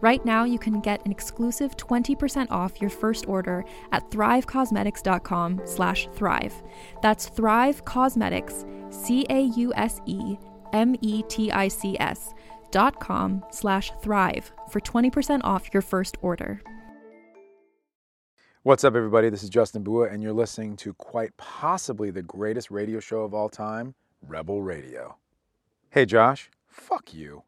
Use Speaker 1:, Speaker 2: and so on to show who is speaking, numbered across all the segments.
Speaker 1: Right now, you can get an exclusive 20% off your first order at thrivecosmetics.com slash thrive. That's Thrive Cosmetics, E C-A-U-S-E-M-E-T-I-C-S dot com slash thrive for 20% off your first order.
Speaker 2: What's up, everybody? This is Justin Bua, and you're listening to quite possibly the greatest radio show of all time, Rebel Radio. Hey, Josh, fuck you.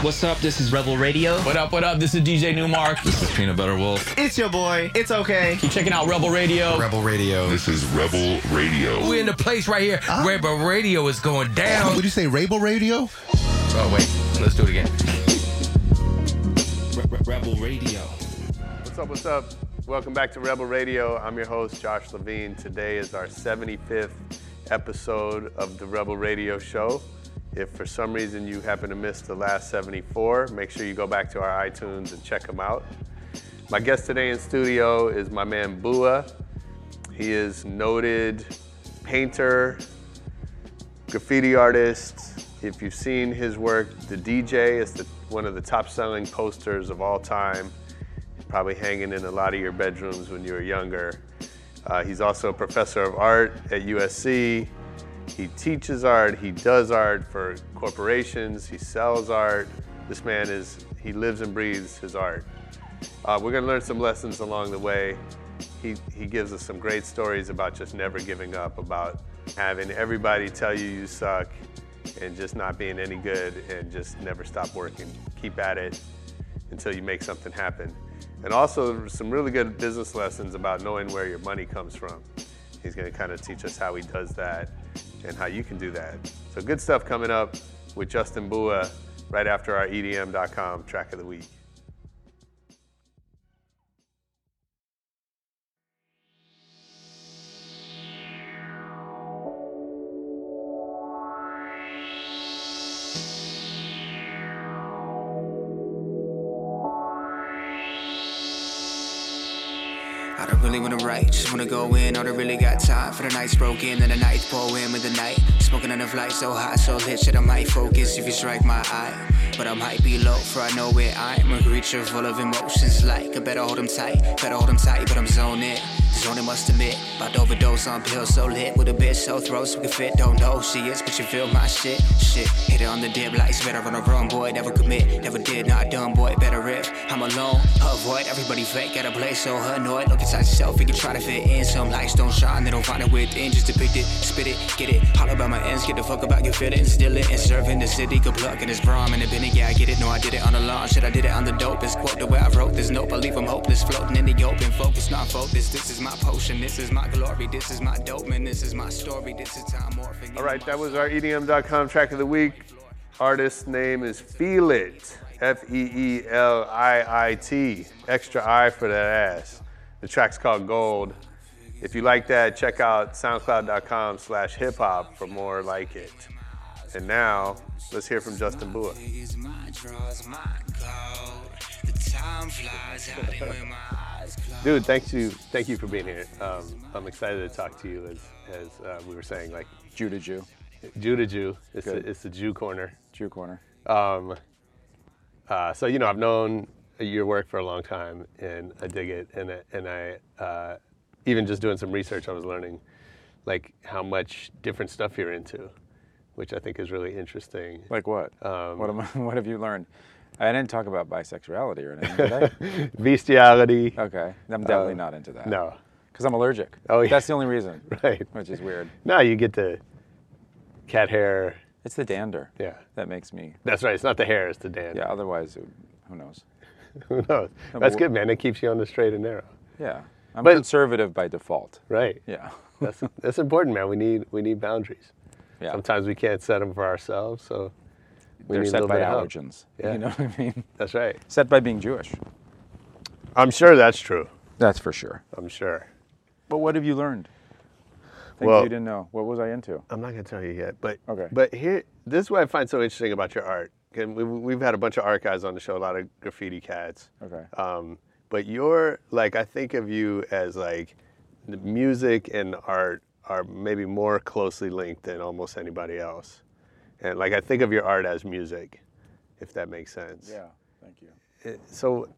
Speaker 3: What's up? This is Rebel Radio.
Speaker 4: What up, what up? This is DJ Newmark.
Speaker 5: This is Peanut Butter Wolf.
Speaker 6: It's your boy. It's okay.
Speaker 4: Keep checking out Rebel Radio.
Speaker 5: Rebel Radio.
Speaker 7: This is Rebel Radio.
Speaker 8: We're in the place right here.
Speaker 6: Ah.
Speaker 8: uh Rebel Radio is going down.
Speaker 5: Would you say Rebel Radio?
Speaker 8: Oh, wait. Let's do it again.
Speaker 4: Rebel Radio.
Speaker 9: What's up? What's up? Welcome back to Rebel Radio. I'm your host, Josh Levine. Today is our 75th episode of the Rebel Radio Show. If for some reason you happen to miss the last 74, make sure you go back to our iTunes and check them out. My guest today in studio is my man Bua. He is noted painter, graffiti artist. If you've seen his work, The DJ is the, one of the top selling posters of all time, probably hanging in a lot of your bedrooms when you were younger. Uh, he's also a professor of art at USC. He teaches art, he does art for corporations, he sells art. This man is, he lives and breathes his art. Uh, we're gonna learn some lessons along the way. He, he gives us some great stories about just never giving up, about having everybody tell you you suck and just not being any good and just never stop working. Keep at it until you make something happen. And also some really good business lessons about knowing where your money comes from. He's going to kind of teach us how he does that and how you can do that. So good stuff coming up with Justin Bua right after our E EDM.com track of the week.
Speaker 10: I don't really wanna write, just wanna go in. I don't really got time for the night's broken and the night poem with the night. Smoking on the flight, so hot, so lit, shit, I might focus if you strike my eye. But I might be low, for I know where I'm a creature full of emotions. Like, I better hold 'em tight, better hold 'em tight, but I'm zoned in. Zoning must admit, about to overdose on pills, so lit with a bitch, so throat, so we can fit. Don't know who she is, but you feel my shit. Shit, hit it on the dip, lights better on the run, boy. Never commit, never did, not dumb, boy. Better if I'm alone, avoid everybody fake, gotta play so annoyed. Look inside yourself, and you try to fit in. Some lights don't shine, they don't find it within. Just depict it, spit it, get it. Holler about my ends, get the fuck about your feelings, steal it, and serve in the city. Good luck in this brom and the Benny, yeah, I get it. No, I did it on the lawn, shit, I did it on the dope. It's quote the way I wrote this note. I leave 'em hopeless, floating in the open, focus, not focused. This is my potion, this is my glory, this is my dope, man, this is my story, this is time morphing.
Speaker 9: All right, that was our E EDM.com track of the week. Artist's name is Feel It, F E E L I I T. Extra I for that ass. The track's called Gold. If you like that, check out soundcloud.com slash hip hop for more like it. And now, let's hear from Justin Bua.
Speaker 10: is my draws, my gold. The time flies, hiding with my eyes closed.
Speaker 9: Dude, thank you, thank you for being here. Um, I'm excited to talk to you. As, as uh, we were saying, like
Speaker 2: Jew to Jew,
Speaker 9: Jew to Jew, it's, the,
Speaker 2: Good.
Speaker 9: it's the Jew corner.
Speaker 2: Jew corner.
Speaker 9: Um, uh, so you know, I've known your work for a long time, and I dig it. And I- and I uh, even just doing some research, I was learning like how much different stuff you're into, which I think is really interesting.
Speaker 2: Like what? what, am I, what have you learned? I didn't talk about bisexuality or anything, did I?
Speaker 9: Bestiality.
Speaker 2: okay. I'm definitely not into that.
Speaker 9: Uh, No,
Speaker 2: Because I'm allergic.
Speaker 9: Oh, yeah.
Speaker 2: That's the only reason,
Speaker 9: right.
Speaker 2: which is weird.
Speaker 9: No, you get the cat hair.
Speaker 2: It's the dander
Speaker 9: Yeah,
Speaker 2: that makes me.
Speaker 9: that's right. It's not the hair; it's the dance.
Speaker 2: Yeah, otherwise, it- who knows?
Speaker 9: Who knows?
Speaker 2: but
Speaker 9: That's
Speaker 2: wh-
Speaker 9: good, man. It keeps you on the straight and narrow.
Speaker 2: Yeah. I'm
Speaker 9: But-
Speaker 2: conservative by default.
Speaker 9: Right.
Speaker 2: Yeah.
Speaker 9: That's that's important, man. We need we need boundaries.
Speaker 2: Yeah.
Speaker 9: Sometimes we can't set them for ourselves, so we
Speaker 2: They're
Speaker 9: need a
Speaker 2: set
Speaker 9: little
Speaker 2: by
Speaker 9: bit of help.
Speaker 2: allergens.
Speaker 9: Yeah.
Speaker 2: You know what I mean?
Speaker 9: That's right.
Speaker 2: Set by being Jewish.
Speaker 9: I'm sure that's true.
Speaker 2: That's for sure.
Speaker 9: I'm sure.
Speaker 2: But what have you learned? Things
Speaker 9: Well-
Speaker 2: you didn't know. What was I into?
Speaker 9: I'm not gonna tell you yet, but
Speaker 2: Okay.
Speaker 9: But here, this is what I find so interesting about your art. And we, we've had a bunch of art guys on the show, a lot of graffiti cats.
Speaker 2: Okay.
Speaker 9: Um, but you're like, I think of you as like, the music and art are maybe more closely linked than almost anybody else. And like, I think of your art as music, if that makes sense.
Speaker 2: yeah. Thank you.
Speaker 9: So,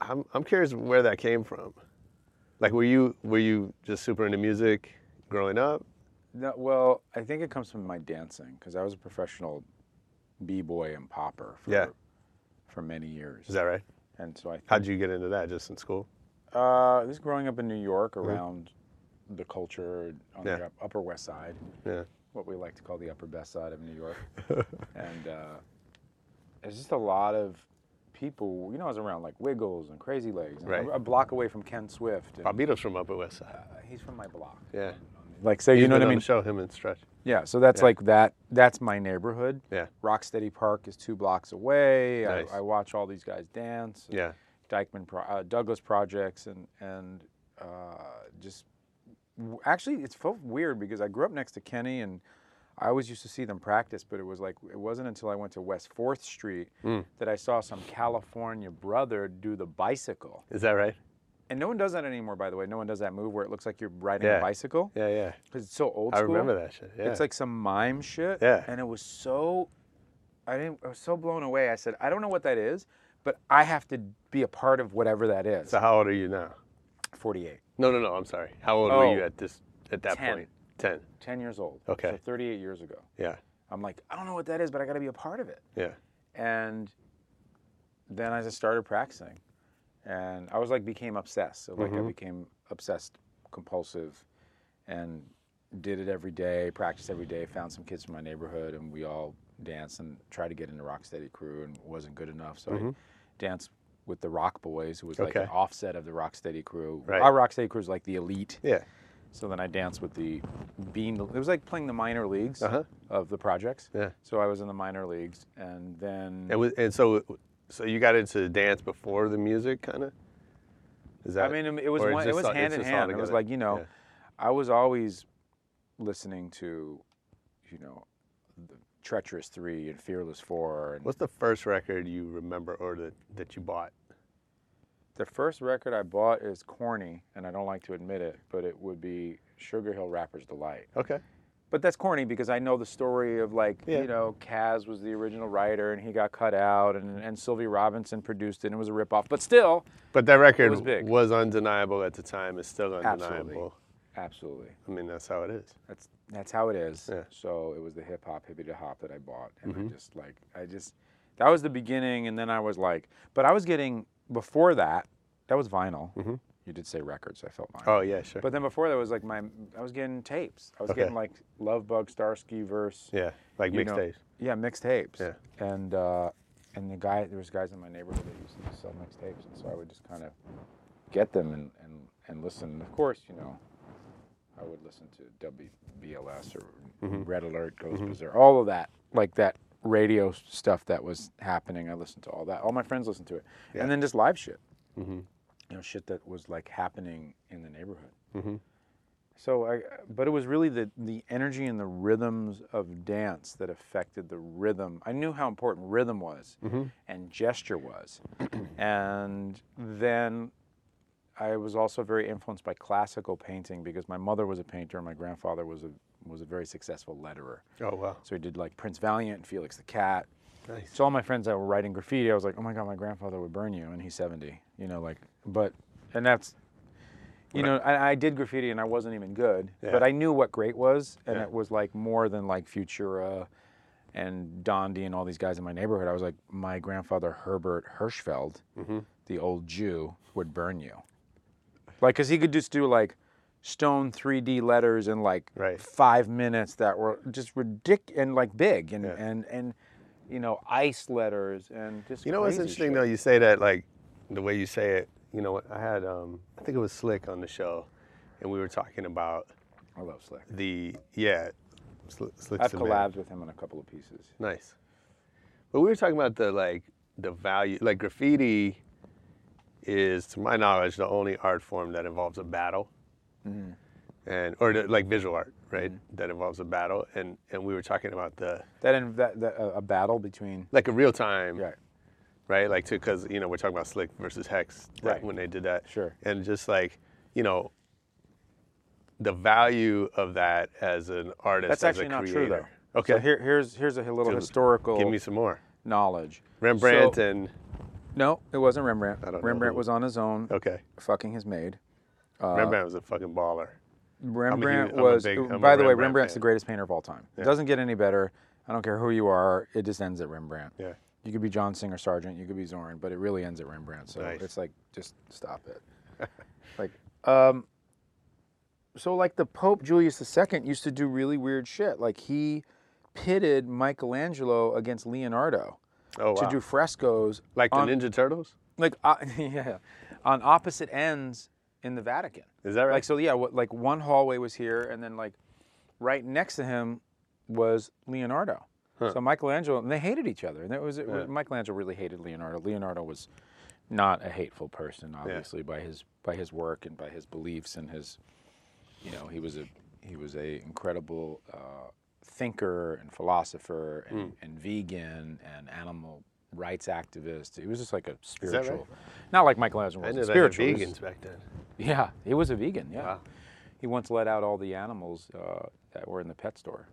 Speaker 9: I'm I'm curious where that came from. Like, were you were you just super into music growing up?
Speaker 2: No, well, I think it comes from my dancing because I was a professional b boy and popper for,
Speaker 9: Yeah.
Speaker 2: for many years.
Speaker 9: Is that right?
Speaker 2: and so I think,
Speaker 9: How'd you get into that? Just in school?
Speaker 2: uh, this growing up in New York around the culture on
Speaker 9: Mm-hmm. Yeah.
Speaker 2: the up- Upper West Side,
Speaker 9: Yeah.
Speaker 2: what we like to call the Upper Best Side of New York, and uh, it's just a lot of people. You know, I was around like Wiggles and Crazy Legs, and
Speaker 9: Right.
Speaker 2: a block away from Ken Swift. And,
Speaker 9: Bobito's from Upper West Side.
Speaker 2: he's from my block.
Speaker 9: Yeah.
Speaker 2: Like, so you
Speaker 9: He's
Speaker 2: know what
Speaker 9: been
Speaker 2: I
Speaker 9: on
Speaker 2: mean?
Speaker 9: the Show him and Stretch.
Speaker 2: Yeah, so that's like that. That's my neighborhood.
Speaker 9: Yeah.
Speaker 2: Rocksteady Park is two blocks away.
Speaker 9: Nice.
Speaker 2: I, I watch all these guys dance.
Speaker 9: Yeah.
Speaker 2: Dykeman Pro- uh, Douglas projects and and uh, just w- actually it's felt weird because I grew up next to Kenny and I always used to see them practice, but it was like it wasn't until I went to West Fourth Street
Speaker 9: Hmm.
Speaker 2: that I saw some California brother do the bicycle.
Speaker 9: Is that right?
Speaker 2: And no one does that anymore, by the way. No one does that move where it looks like you're riding
Speaker 9: Yeah.
Speaker 2: a bicycle
Speaker 9: Yeah, yeah.
Speaker 2: because it's so old
Speaker 9: I
Speaker 2: school.
Speaker 9: remember that shit. Yeah.
Speaker 2: It's like some mime shit.
Speaker 9: Yeah.
Speaker 2: And it was so, I didn't, I was so blown away. I said, I don't know what that is, but I have to be a part of whatever that is.
Speaker 9: So how old are you now?
Speaker 2: 48.
Speaker 9: No, no, no. I'm sorry. How old
Speaker 2: Oh.
Speaker 9: were you at this at that
Speaker 2: Ten.
Speaker 9: point? Ten.
Speaker 2: 10 years old.
Speaker 9: Okay.
Speaker 2: So 38 years ago.
Speaker 9: Yeah.
Speaker 2: I'm like, I don't know what that is, but I got to be a part of it.
Speaker 9: Yeah.
Speaker 2: And then I just started practicing. And I was like, became obsessed. So like
Speaker 9: Mm-hmm.
Speaker 2: I became obsessed, compulsive, and did it every day, practiced every day, found some kids from my neighborhood, and we all danced and tried to get into Rocksteady Crew and wasn't good enough. So I danced with the Rock Boys, who was like an
Speaker 9: Mm-hmm. Okay.
Speaker 2: offset of the Rocksteady Crew.
Speaker 9: Right.
Speaker 2: Our Rocksteady Crew is like the elite.
Speaker 9: Yeah.
Speaker 2: So then I danced with the bean. It was like playing the minor leagues
Speaker 9: Uh-huh.
Speaker 2: of the projects.
Speaker 9: Yeah.
Speaker 2: So I was in the minor leagues, and then
Speaker 9: And was, and so so you got into dance before the music, kind of. Is that?
Speaker 2: I mean, it was
Speaker 9: or it's
Speaker 2: one, it
Speaker 9: just
Speaker 2: was
Speaker 9: all- it's
Speaker 2: hand in
Speaker 9: just all
Speaker 2: hand. It was
Speaker 9: together?
Speaker 2: like you know,
Speaker 9: Yeah.
Speaker 2: I was always listening to, you know, the Treacherous Three and Fearless Four. And
Speaker 9: What's the first record you remember or that that you bought?
Speaker 2: the first record I bought is corny, and I don't like to admit it, but it would be Sugar Hill Rapper's Delight.
Speaker 9: Okay.
Speaker 2: But that's corny because I know the story of like
Speaker 9: Yeah.
Speaker 2: you know Kaz was the original writer and he got cut out and, and Sylvie Robinson produced it and it was a ripoff. But still,
Speaker 9: But that record
Speaker 2: was big.
Speaker 9: undeniable at the time. It's still undeniable.
Speaker 2: absolutely,
Speaker 9: I mean, that's how it is.
Speaker 2: that's that's how it is.
Speaker 9: Yeah. Mm-hmm.
Speaker 2: So it was the hip hop hippie to hop that I bought and I just like I just that was the beginning and then I was like, but I was getting before that that was vinyl. You did say records, so I felt vinyl.
Speaker 9: Mm-hmm. Oh yeah, sure.
Speaker 2: But then before that was like my I was getting tapes. I was
Speaker 9: Okay.
Speaker 2: getting like Love Bug Starsky verse.
Speaker 9: yeah, like
Speaker 2: you know-
Speaker 9: mixtapes.
Speaker 2: Yeah, mixtapes.
Speaker 9: Yeah.
Speaker 2: And uh, and the guy there was guys in my neighborhood that used to sell mixtapes, and so I would just kind of get them and and, and listen. And of course, you know, I would listen to WBLS or
Speaker 9: Mm-hmm.
Speaker 2: Red Alert Goes Berserk, all of that, like that radio s- stuff that was happening. I listened to all that. All my friends listened to it, and then just live shit.
Speaker 9: Mm-hmm.
Speaker 2: You know, shit that was like happening in the neighborhood. So I, but it was really the the energy and the rhythms of dance that affected the rhythm. I knew how important rhythm was and gesture was, and then I was also very influenced by classical painting because my mother was a painter and my grandfather was a was a very successful letterer.
Speaker 9: Oh wow.
Speaker 2: So he did like Prince Valiant and Felix the Cat, So all my friends that were writing graffiti, I was like, oh my god, my grandfather would burn you, and he's 70. You know, like, but, and that's, you know, I, I did graffiti and I wasn't even good, but I knew what great was, and
Speaker 9: Yeah.
Speaker 2: it was like more than like Futura and Dondi and all these guys in my neighborhood. I was like, my grandfather Herbert Hirschfeld, the old Jew, would burn you, like, cause he could just do like stone 3D letters in like
Speaker 9: Right.
Speaker 2: five minutes that were just ridiculous and like big and and and you know ice letters and just
Speaker 9: You know what's
Speaker 2: crazy
Speaker 9: interesting
Speaker 2: shit.
Speaker 9: though? You say that like the way you say it. You know, I had um, I think it was Slick on the show, and we were talking about
Speaker 2: I love Slick.
Speaker 9: the yeah, Sl- Slick's
Speaker 2: I've
Speaker 9: the man.
Speaker 2: collabed with him on a couple of pieces.
Speaker 9: Nice. But we were talking about the like the value like graffiti is to my knowledge the only art form that involves a battle.
Speaker 2: Mm-hmm.
Speaker 9: And or the, like visual art, right? That involves a battle and and we were talking about the
Speaker 2: That in that, that uh, a battle between
Speaker 9: like a real time
Speaker 2: right.
Speaker 9: right? Like, too, because you know we're talking about Slick versus Hex that-
Speaker 2: Right.
Speaker 9: when they did that.
Speaker 2: Sure.
Speaker 9: And just like you know, the value of that as an artist,
Speaker 2: That's
Speaker 9: as
Speaker 2: actually
Speaker 9: a
Speaker 2: not
Speaker 9: creator.
Speaker 2: true though.
Speaker 9: Okay.
Speaker 2: So here here's here's a little
Speaker 9: Dude,
Speaker 2: historical
Speaker 9: Give me some more.
Speaker 2: knowledge.
Speaker 9: Rembrandt
Speaker 2: So-
Speaker 9: and
Speaker 2: no, it wasn't Rembrandt.
Speaker 9: don't know
Speaker 2: Rembrandt
Speaker 9: who-
Speaker 2: was on his own,
Speaker 9: okay,
Speaker 2: fucking his maid. Uh,
Speaker 9: Rembrandt was a fucking baller.
Speaker 2: Rembrandt
Speaker 9: I'm a
Speaker 2: was.
Speaker 9: big- I'm a
Speaker 2: by the way,
Speaker 9: Rembrandt
Speaker 2: Rembrandt's
Speaker 9: fan.
Speaker 2: the greatest painter of all time. It doesn't get any better. I don't care who you are. It just ends at Rembrandt.
Speaker 9: Yeah.
Speaker 2: You could be John Singer Sargent. You could be Zorn, but it really ends at Rembrandt. So
Speaker 9: Nice.
Speaker 2: it's like, just stop it. like, um, so like the Pope Julius II used to do really weird shit. Like he pitted Michelangelo against Leonardo
Speaker 9: Oh wow.
Speaker 2: to do frescoes
Speaker 9: like the
Speaker 2: on-
Speaker 9: Ninja Turtles.
Speaker 2: like uh, yeah, on opposite ends in the Vatican.
Speaker 9: Is that right?
Speaker 2: Like so, yeah. What, like one hallway was here, and then like right next to him was Leonardo. So Michelangelo and they hated each other, and it was, it was- Michelangelo really hated Leonardo. Leonardo was not a hateful person, obviously by his by his work and by his beliefs and his, you know, he was a he was a incredible uh, thinker and philosopher
Speaker 9: Hmm.
Speaker 2: and, and vegan and animal rights activist. He was just like a
Speaker 9: right?
Speaker 2: spiritual, not like Michelangelo
Speaker 9: I
Speaker 2: was
Speaker 9: knew
Speaker 2: a
Speaker 9: they had
Speaker 2: spiritual. he was-
Speaker 9: vegans back then.
Speaker 2: yeah, he was a vegan. Yeah,
Speaker 9: Wow.
Speaker 2: he once let out all the animals uh, that were in the pet store.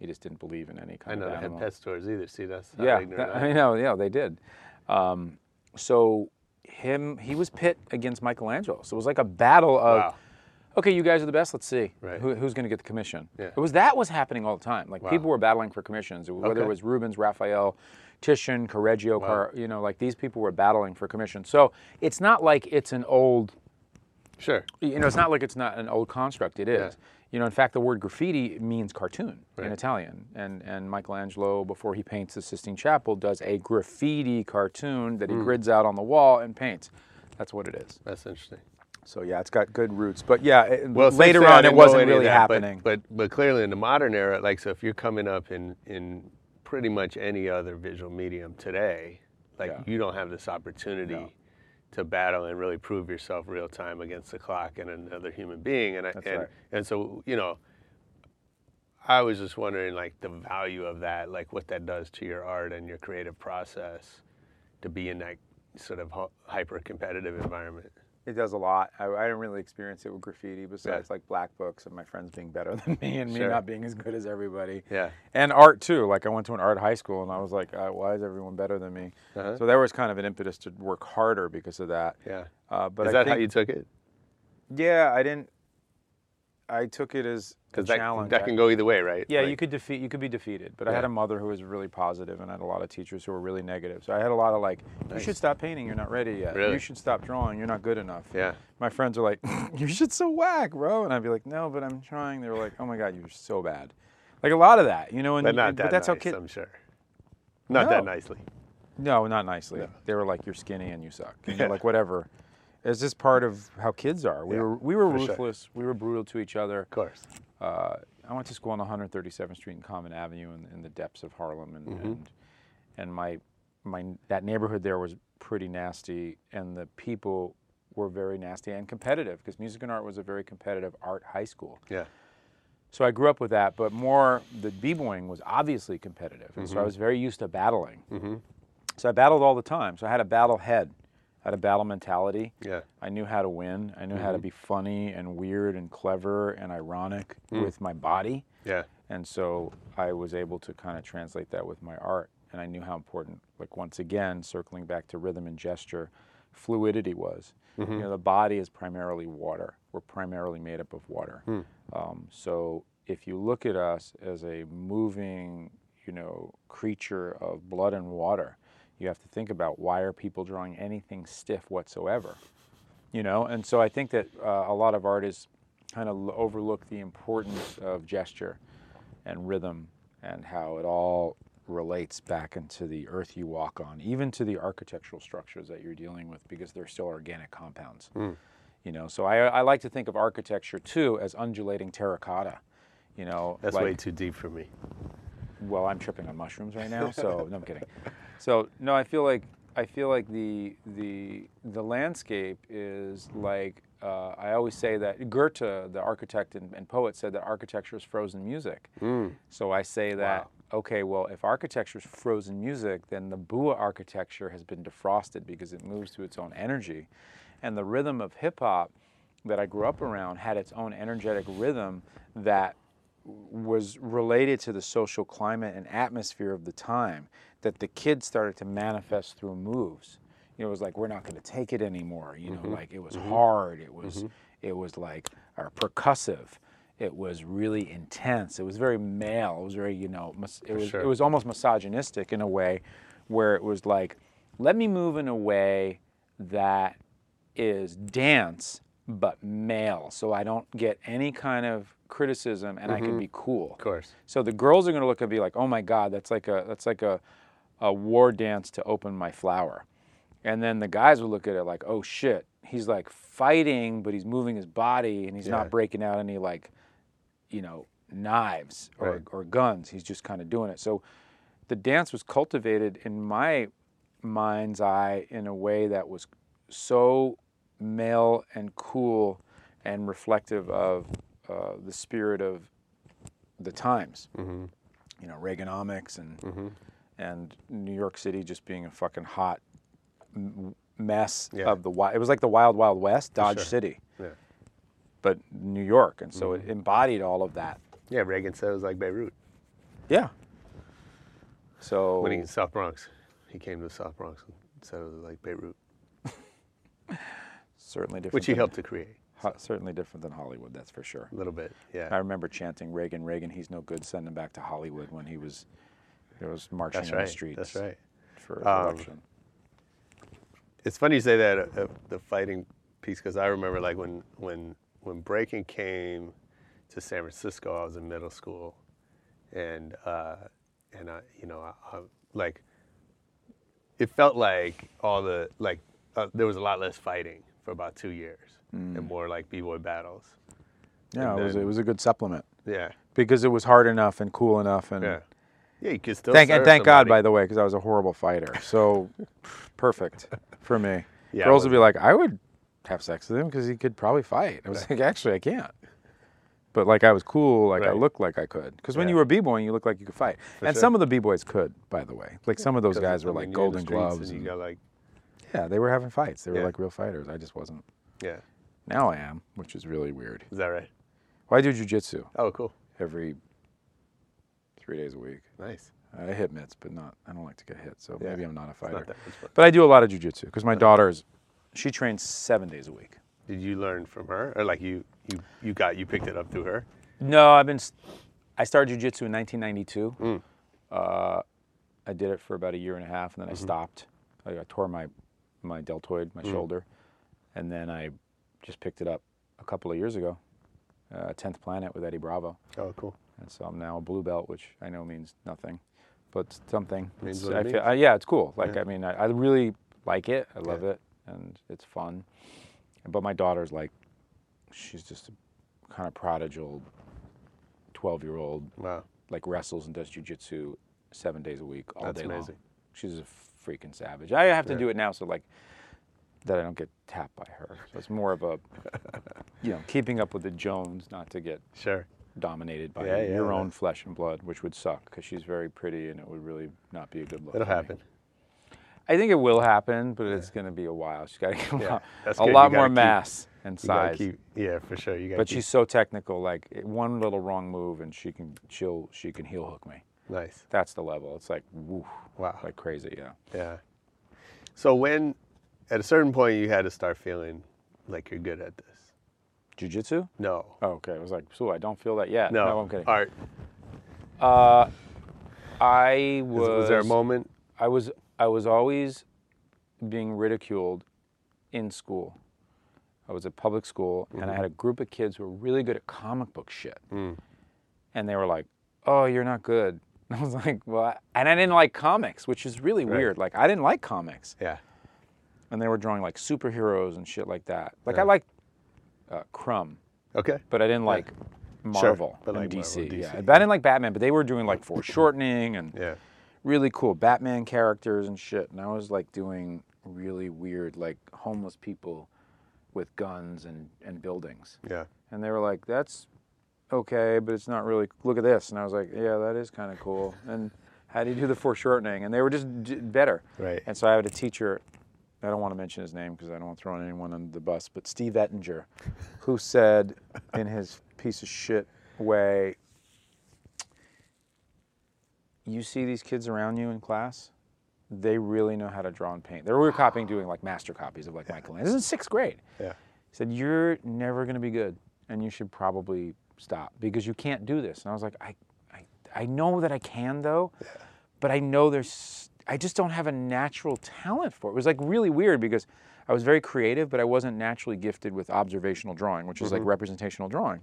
Speaker 2: He just didn't believe in any
Speaker 9: I
Speaker 2: kind
Speaker 9: know
Speaker 2: of
Speaker 9: they had
Speaker 2: animal.
Speaker 9: pet stores either. See, that's how
Speaker 2: yeah,
Speaker 9: ignorant
Speaker 2: that-
Speaker 9: I am.
Speaker 2: I know. Yeah, they did. Um, so him, he was pit against Michelangelo. So it was like a battle of.
Speaker 9: Wow.
Speaker 2: Okay, you guys are the best. Let's see
Speaker 9: Right.
Speaker 2: Who, who's going to get the commission.
Speaker 9: Yeah.
Speaker 2: It was that was happening all the time. Like people were battling for commissions, whether it
Speaker 9: Okay.
Speaker 2: was Rubens, Raphael, Titian, Correggio, Car, you know, like these people were battling for commissions. So it's not like it's an old
Speaker 9: Sure.
Speaker 2: you know, it's not like it's not an old construct. It is. You know, in fact, the word graffiti means cartoon in Italian, and and Michelangelo, before he paints the Sistine Chapel, does a graffiti cartoon
Speaker 9: Hmm.
Speaker 2: that he grids out on the wall and paints. That's what it is.
Speaker 9: That's interesting.
Speaker 2: So yeah, it's got good roots. But yeah, it,
Speaker 9: Well, since
Speaker 2: later
Speaker 9: then, I
Speaker 2: on, it
Speaker 9: didn't know
Speaker 2: wasn't
Speaker 9: any of
Speaker 2: really
Speaker 9: that, but-
Speaker 2: happening.
Speaker 9: But, but clearly in the modern era, like so, if you're coming up in in pretty much any other visual medium today, like you don't have this opportunity to battle and really prove yourself real time against the clock and another human being. And I and
Speaker 2: right.
Speaker 9: and so you know, I was just wondering like the value of that, like what that does to your art and your creative process, to be in that sort of hyper competitive environment.
Speaker 2: It does a lot. I, I didn't really experience it with graffiti, besides like black books and my friends being better than me and me
Speaker 9: Sure.
Speaker 2: not being as good as everybody.
Speaker 9: Yeah.
Speaker 2: And art too. Like I went to an art high school, and I was like, uh, why is everyone better than me? So there was kind of an impetus to work harder because of that.
Speaker 9: Uh-huh. Yeah.
Speaker 2: Uh, but
Speaker 9: Is
Speaker 2: I
Speaker 9: that
Speaker 2: think,
Speaker 9: how you took it?
Speaker 2: Yeah, I didn't. I took it as a
Speaker 9: Because that,
Speaker 2: challenge.
Speaker 9: that
Speaker 2: I-
Speaker 9: can go either way, right?
Speaker 2: yeah,
Speaker 9: Like,
Speaker 2: you could defeat. You could be defeated. But I had
Speaker 9: Yeah.
Speaker 2: a mother who was really positive, and I had a lot of teachers who were really negative. So I had a lot of like, you should stop painting. You're not ready yet.
Speaker 9: Really?
Speaker 2: You should stop drawing. You're not good enough.
Speaker 9: Yeah.
Speaker 2: My friends are like, you should so whack, bro. And I'd be like, no, but I'm trying. They were like, oh my god, you're so bad. Like a lot of that, you know. And
Speaker 9: But not
Speaker 2: and-
Speaker 9: that
Speaker 2: but that's
Speaker 9: nice,
Speaker 2: how kids.
Speaker 9: I'm sure. Not that
Speaker 2: No.
Speaker 9: nicely.
Speaker 2: No, not nicely. They were like, "You're skinny and you suck." You know, like whatever. It's just part of how kids are. We were we were
Speaker 9: sure.
Speaker 2: ruthless. We were brutal to each other.
Speaker 9: Of course.
Speaker 2: Uh, I went to school on 137th Street and Common Avenue in, in the depths of Harlem, and, and and my my that neighborhood there was pretty nasty, and the people were very nasty and competitive because music and art was a very competitive art high school.
Speaker 9: Yeah.
Speaker 2: So I grew up with that, but more the b-boying was obviously competitive, and so I was very used to battling. So I battled all the time. So I had a battle head, I had a battle mentality.
Speaker 9: Yeah.
Speaker 2: I knew how to win. I knew how to be funny and weird and clever and ironic with my body,
Speaker 9: Yeah.
Speaker 2: and so I was able to kind of translate that with my art. and I knew how important, like once again, circling back to rhythm and gesture, fluidity was. You know, the body is primarily water. We're primarily made up of water. Um, so if you look at us as a moving, you know, creature of blood and water, you have to think about why are people drawing anything stiff whatsoever you know and so i think that uh, a lot of artists kind of l- overlook the importance of gesture and rhythm and how it all relates back into the earth you walk on even to the architectural structures that you're dealing with because they're still organic compounds
Speaker 9: Hmm.
Speaker 2: you know so I, I like to think of architecture too as undulating terracotta you know
Speaker 9: That's
Speaker 2: like-
Speaker 9: way too deep for me.
Speaker 2: well, I'm tripping on mushrooms right now, so no, I'm kidding. So no, I feel like I feel like the the the landscape is like uh, I always say that Goethe, the architect and, and poet, said that architecture is frozen music. So I say that okay, well, if architecture is frozen music, then the Bua architecture has been defrosted because it moves to its own energy, and the rhythm of hip hop that I grew up around had its own energetic rhythm that was related to the social climate and atmosphere of the time that the kids started to manifest through moves. You know, it was like we're not going to take it anymore. You know, like it was hard. It was it was like or percussive. It was really intense. It was very male. It was very you know. Mis- it was it was almost misogynistic in a way, where it was like, let me move in a way that is dance but male so i don't get any kind of criticism and i can be cool of
Speaker 9: Mm-hmm. course.
Speaker 2: so the girls are going to look and be like oh my god that's like a that's like a, a war dance to open my flower and then the guys will look at it like oh shit he's like fighting but he's moving his body and he's not breaking out any like you know knives or,
Speaker 9: Right.
Speaker 2: or guns he's just kind of doing it so the dance was cultivated in my mind's eye in a way that was so male and cool and reflective of uh, the spirit of the times.
Speaker 9: Mm-hmm.
Speaker 2: You know, Reaganomics and and New York City just being a fucking hot m- mess
Speaker 9: Yeah.
Speaker 2: of the wild. It was like the wild, wild west, Dodge City,
Speaker 9: Yeah. Mm-hmm.
Speaker 2: but New York, and so it embodied all of that.
Speaker 9: Yeah, Reagan said it was like Beirut
Speaker 2: Yeah. So
Speaker 9: when he was in South Bronx. He came to the South Bronx and said it was like Beirut,
Speaker 2: certainly different.
Speaker 9: which he
Speaker 2: than-
Speaker 9: helped to create
Speaker 2: ho- certainly different than Hollywood, that's for sure.
Speaker 9: a little bit. Yeah.
Speaker 2: I remember chanting Reagan, Reagan, he's no good. Send him back to Hollywood when he was, he was marching
Speaker 9: That's
Speaker 2: on
Speaker 9: right.
Speaker 2: the streets.
Speaker 9: That's right.
Speaker 2: For
Speaker 9: Um,
Speaker 2: election.
Speaker 9: It's funny you say that uh, uh, the fighting piece because I remember like when when when breaking came to San Francisco, I was in middle school, and uh, and I you know I, I, like it felt like all the like uh, there was a lot less fighting for about two years
Speaker 2: Hmm.
Speaker 9: and more like b boy battles.
Speaker 2: Yeah,
Speaker 9: and
Speaker 2: it was
Speaker 9: then-
Speaker 2: it was a good supplement
Speaker 9: Yeah,
Speaker 2: because it was hard enough and cool enough and.
Speaker 9: yeah, yeah. You could still
Speaker 2: Hmm. Thank and
Speaker 9: serve
Speaker 2: thank God,
Speaker 9: somebody.
Speaker 2: by the way, because I was a horrible fighter. So perfect for me.
Speaker 9: Yeah, I
Speaker 2: Girls would be like, I would have sex with him because he could probably fight. I was like, actually, I can't. But like, I was cool. Like I
Speaker 9: Right.
Speaker 2: looked like I could. Because when
Speaker 9: Yeah.
Speaker 2: you were b-boying, you looked like you could fight. and
Speaker 9: sure.
Speaker 2: some of the b-boys could, by the way. Like some of those
Speaker 9: 'Cause,
Speaker 2: guys were
Speaker 9: I
Speaker 2: like
Speaker 9: mean, you're in the
Speaker 2: Golden
Speaker 9: streets
Speaker 2: Gloves.
Speaker 9: and
Speaker 2: and-
Speaker 9: you got like
Speaker 2: yeah, they were having fights. They were
Speaker 9: Yeah.
Speaker 2: like real fighters. I just wasn't.
Speaker 9: yeah.
Speaker 2: Now I am, which is really weird.
Speaker 9: Is that right?
Speaker 2: Well, I do jujitsu
Speaker 9: Oh, cool.
Speaker 2: every three days a week.
Speaker 9: Nice.
Speaker 2: Uh, I hit mitts, but not. I don't like to get hit, so
Speaker 9: Yeah.
Speaker 2: maybe I'm not a fighter.
Speaker 9: that much fun.
Speaker 2: But I do a lot of jujitsu because my daughter's, she trains seven days a week.
Speaker 9: Did you learn from her, or like you you you got you picked it up through her?
Speaker 2: No, I've been. s- I started jujitsu in 1992. Uh, I did it for about a year and a half, and then I stopped. I, I tore my my deltoid, my shoulder, and then I just picked it up a couple of years ago. Uh, Tenth Planet with Eddie Bravo,
Speaker 9: Oh, cool.
Speaker 2: and so I'm now a blue belt, which I know means nothing, but something.
Speaker 9: Means
Speaker 2: It's-
Speaker 9: what it
Speaker 2: I
Speaker 9: means.
Speaker 2: uh, yeah, it's cool. Like I mean, I, I really like it. I love
Speaker 9: Yeah.
Speaker 2: it, and it's fun. But my daughter's like, she's just a kind of prodigal, twelve-year-old
Speaker 9: Wow.
Speaker 2: like wrestles and does jujitsu seven days a week all
Speaker 9: That's
Speaker 2: day
Speaker 9: amazing.
Speaker 2: long. She's a freaking savage. I have to do it now so like that I don't get tapped by her. So it's more of a you know keeping up with the Jones, not to get
Speaker 9: Sure.
Speaker 2: dominated by
Speaker 9: Yeah, yeah,
Speaker 2: your own
Speaker 9: that's-
Speaker 2: flesh and blood, which would suck because she's very pretty and it would really not be a good look.
Speaker 9: It'll
Speaker 2: for me.
Speaker 9: happen.
Speaker 2: I think it will happen, but it's going to be a while. She's got to get a,
Speaker 9: Yeah,
Speaker 2: lot-
Speaker 9: that's
Speaker 2: a
Speaker 9: good. You
Speaker 2: lot
Speaker 9: gotta
Speaker 2: more
Speaker 9: keep-
Speaker 2: mass and
Speaker 9: You gotta
Speaker 2: size.
Speaker 9: keep- yeah, for sure. You got.
Speaker 2: But she's so technical. Like it- one little wrong move, and she can she'll she can heel hook me.
Speaker 9: Nice.
Speaker 2: That's the level. It's like woof,
Speaker 9: Wow.
Speaker 2: like crazy. Yeah.
Speaker 9: Yeah. So when, at a certain point, you had to start feeling like you're good at this.
Speaker 2: Jiu-jitsu?
Speaker 9: No.
Speaker 2: Oh, okay. I was like, so I don't feel that yet.
Speaker 9: No.
Speaker 2: I'm kidding.
Speaker 9: Art.
Speaker 2: I was.
Speaker 9: Was, there a moment?
Speaker 2: I was I was always being ridiculed in school. I was at public school
Speaker 9: Mm-hmm.
Speaker 2: and I had a group of kids who were really good at comic book shit.
Speaker 9: Mm.
Speaker 2: And they were like, "Oh, you're not good." And I was like, "Well," I-" and I didn't like comics, which is really weird. Like I didn't like comics.
Speaker 9: Yeah.
Speaker 2: And they were drawing like superheroes and shit like that. Like I liked uh, Crumb,
Speaker 9: Okay.
Speaker 2: but I didn't like Marvel
Speaker 9: but
Speaker 2: and
Speaker 9: like
Speaker 2: DC.
Speaker 9: Marvel, DC,
Speaker 2: yeah. But I didn't like Batman, but they were doing like foreshortening and
Speaker 9: Yeah.
Speaker 2: really cool Batman characters and shit. And I was like doing really weird, like homeless people with guns and, and buildings.
Speaker 9: Yeah.
Speaker 2: And they were like, that's okay, but it's not really, look at this. And I was like, yeah, that is kind of cool. And how do you do the foreshortening? And they were just d- better.
Speaker 9: Right.
Speaker 2: And so I had a teacher, I don't want to mention his name because I don't want to throw anyone under the bus, but Steve Ettinger, who said in his piece of shit way, you see these kids around you in class, they really know how to draw and paint. They were copying, doing like master copies of like Michelangelo. This is sixth grade.
Speaker 9: Yeah.
Speaker 2: He said, You're never going to be good, and you should probably stop because you can't do this. And I was like, I, I, I know that I can, though, but I know there's, I just don't have a natural talent for it. It was like really weird because I was very creative, but I wasn't naturally gifted with observational drawing, which is like representational drawing.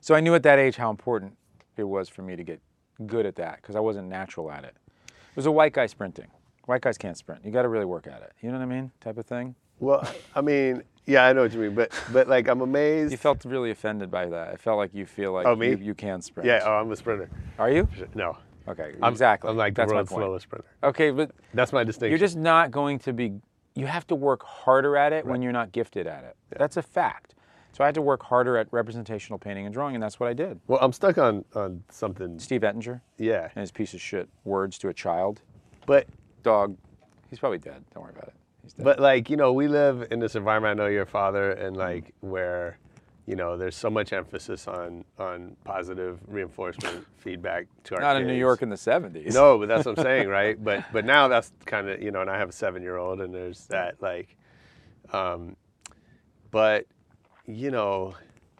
Speaker 2: So I knew at that age how important it was for me to get good at that because I wasn't natural at it. It was a white guy sprinting. White guys can't sprint. You got to really work at it. You know what I mean? Type of thing.
Speaker 9: Well, I mean, yeah, I know what you mean, but but like I'm amazed.
Speaker 2: You felt really offended by that. It felt like you feel like
Speaker 9: Oh, me?
Speaker 2: You, you can sprint.
Speaker 9: yeah. Oh, I'm a sprinter.
Speaker 2: Are you?
Speaker 9: No.
Speaker 2: Okay,
Speaker 9: I'm,
Speaker 2: exactly.
Speaker 9: I'm like
Speaker 2: That's
Speaker 9: the
Speaker 2: my
Speaker 9: world's
Speaker 2: point.
Speaker 9: slowest sprinter.
Speaker 2: Okay, but
Speaker 9: That's my distinction.
Speaker 2: you're just not going to be, you have to work harder at it when you're not gifted at it. That's a fact. So I had to work harder at representational painting and drawing, and that's what I did.
Speaker 9: Well, I'm stuck on on something.
Speaker 2: Steve Ettinger
Speaker 9: Yeah.
Speaker 2: and his piece of shit words to a child.
Speaker 9: But
Speaker 2: Dog, he's probably dead. Don't worry about it. He's dead.
Speaker 9: But like you know, we live in this environment. I know you're a father, and like where, you know, there's so much emphasis on on positive reinforcement feedback to our
Speaker 2: not in New
Speaker 9: kids.
Speaker 2: York in the 70s.
Speaker 9: No, but that's what I'm saying, right? But but now that's kind of you know, and I have a seven year old, and there's that like, um, but you know,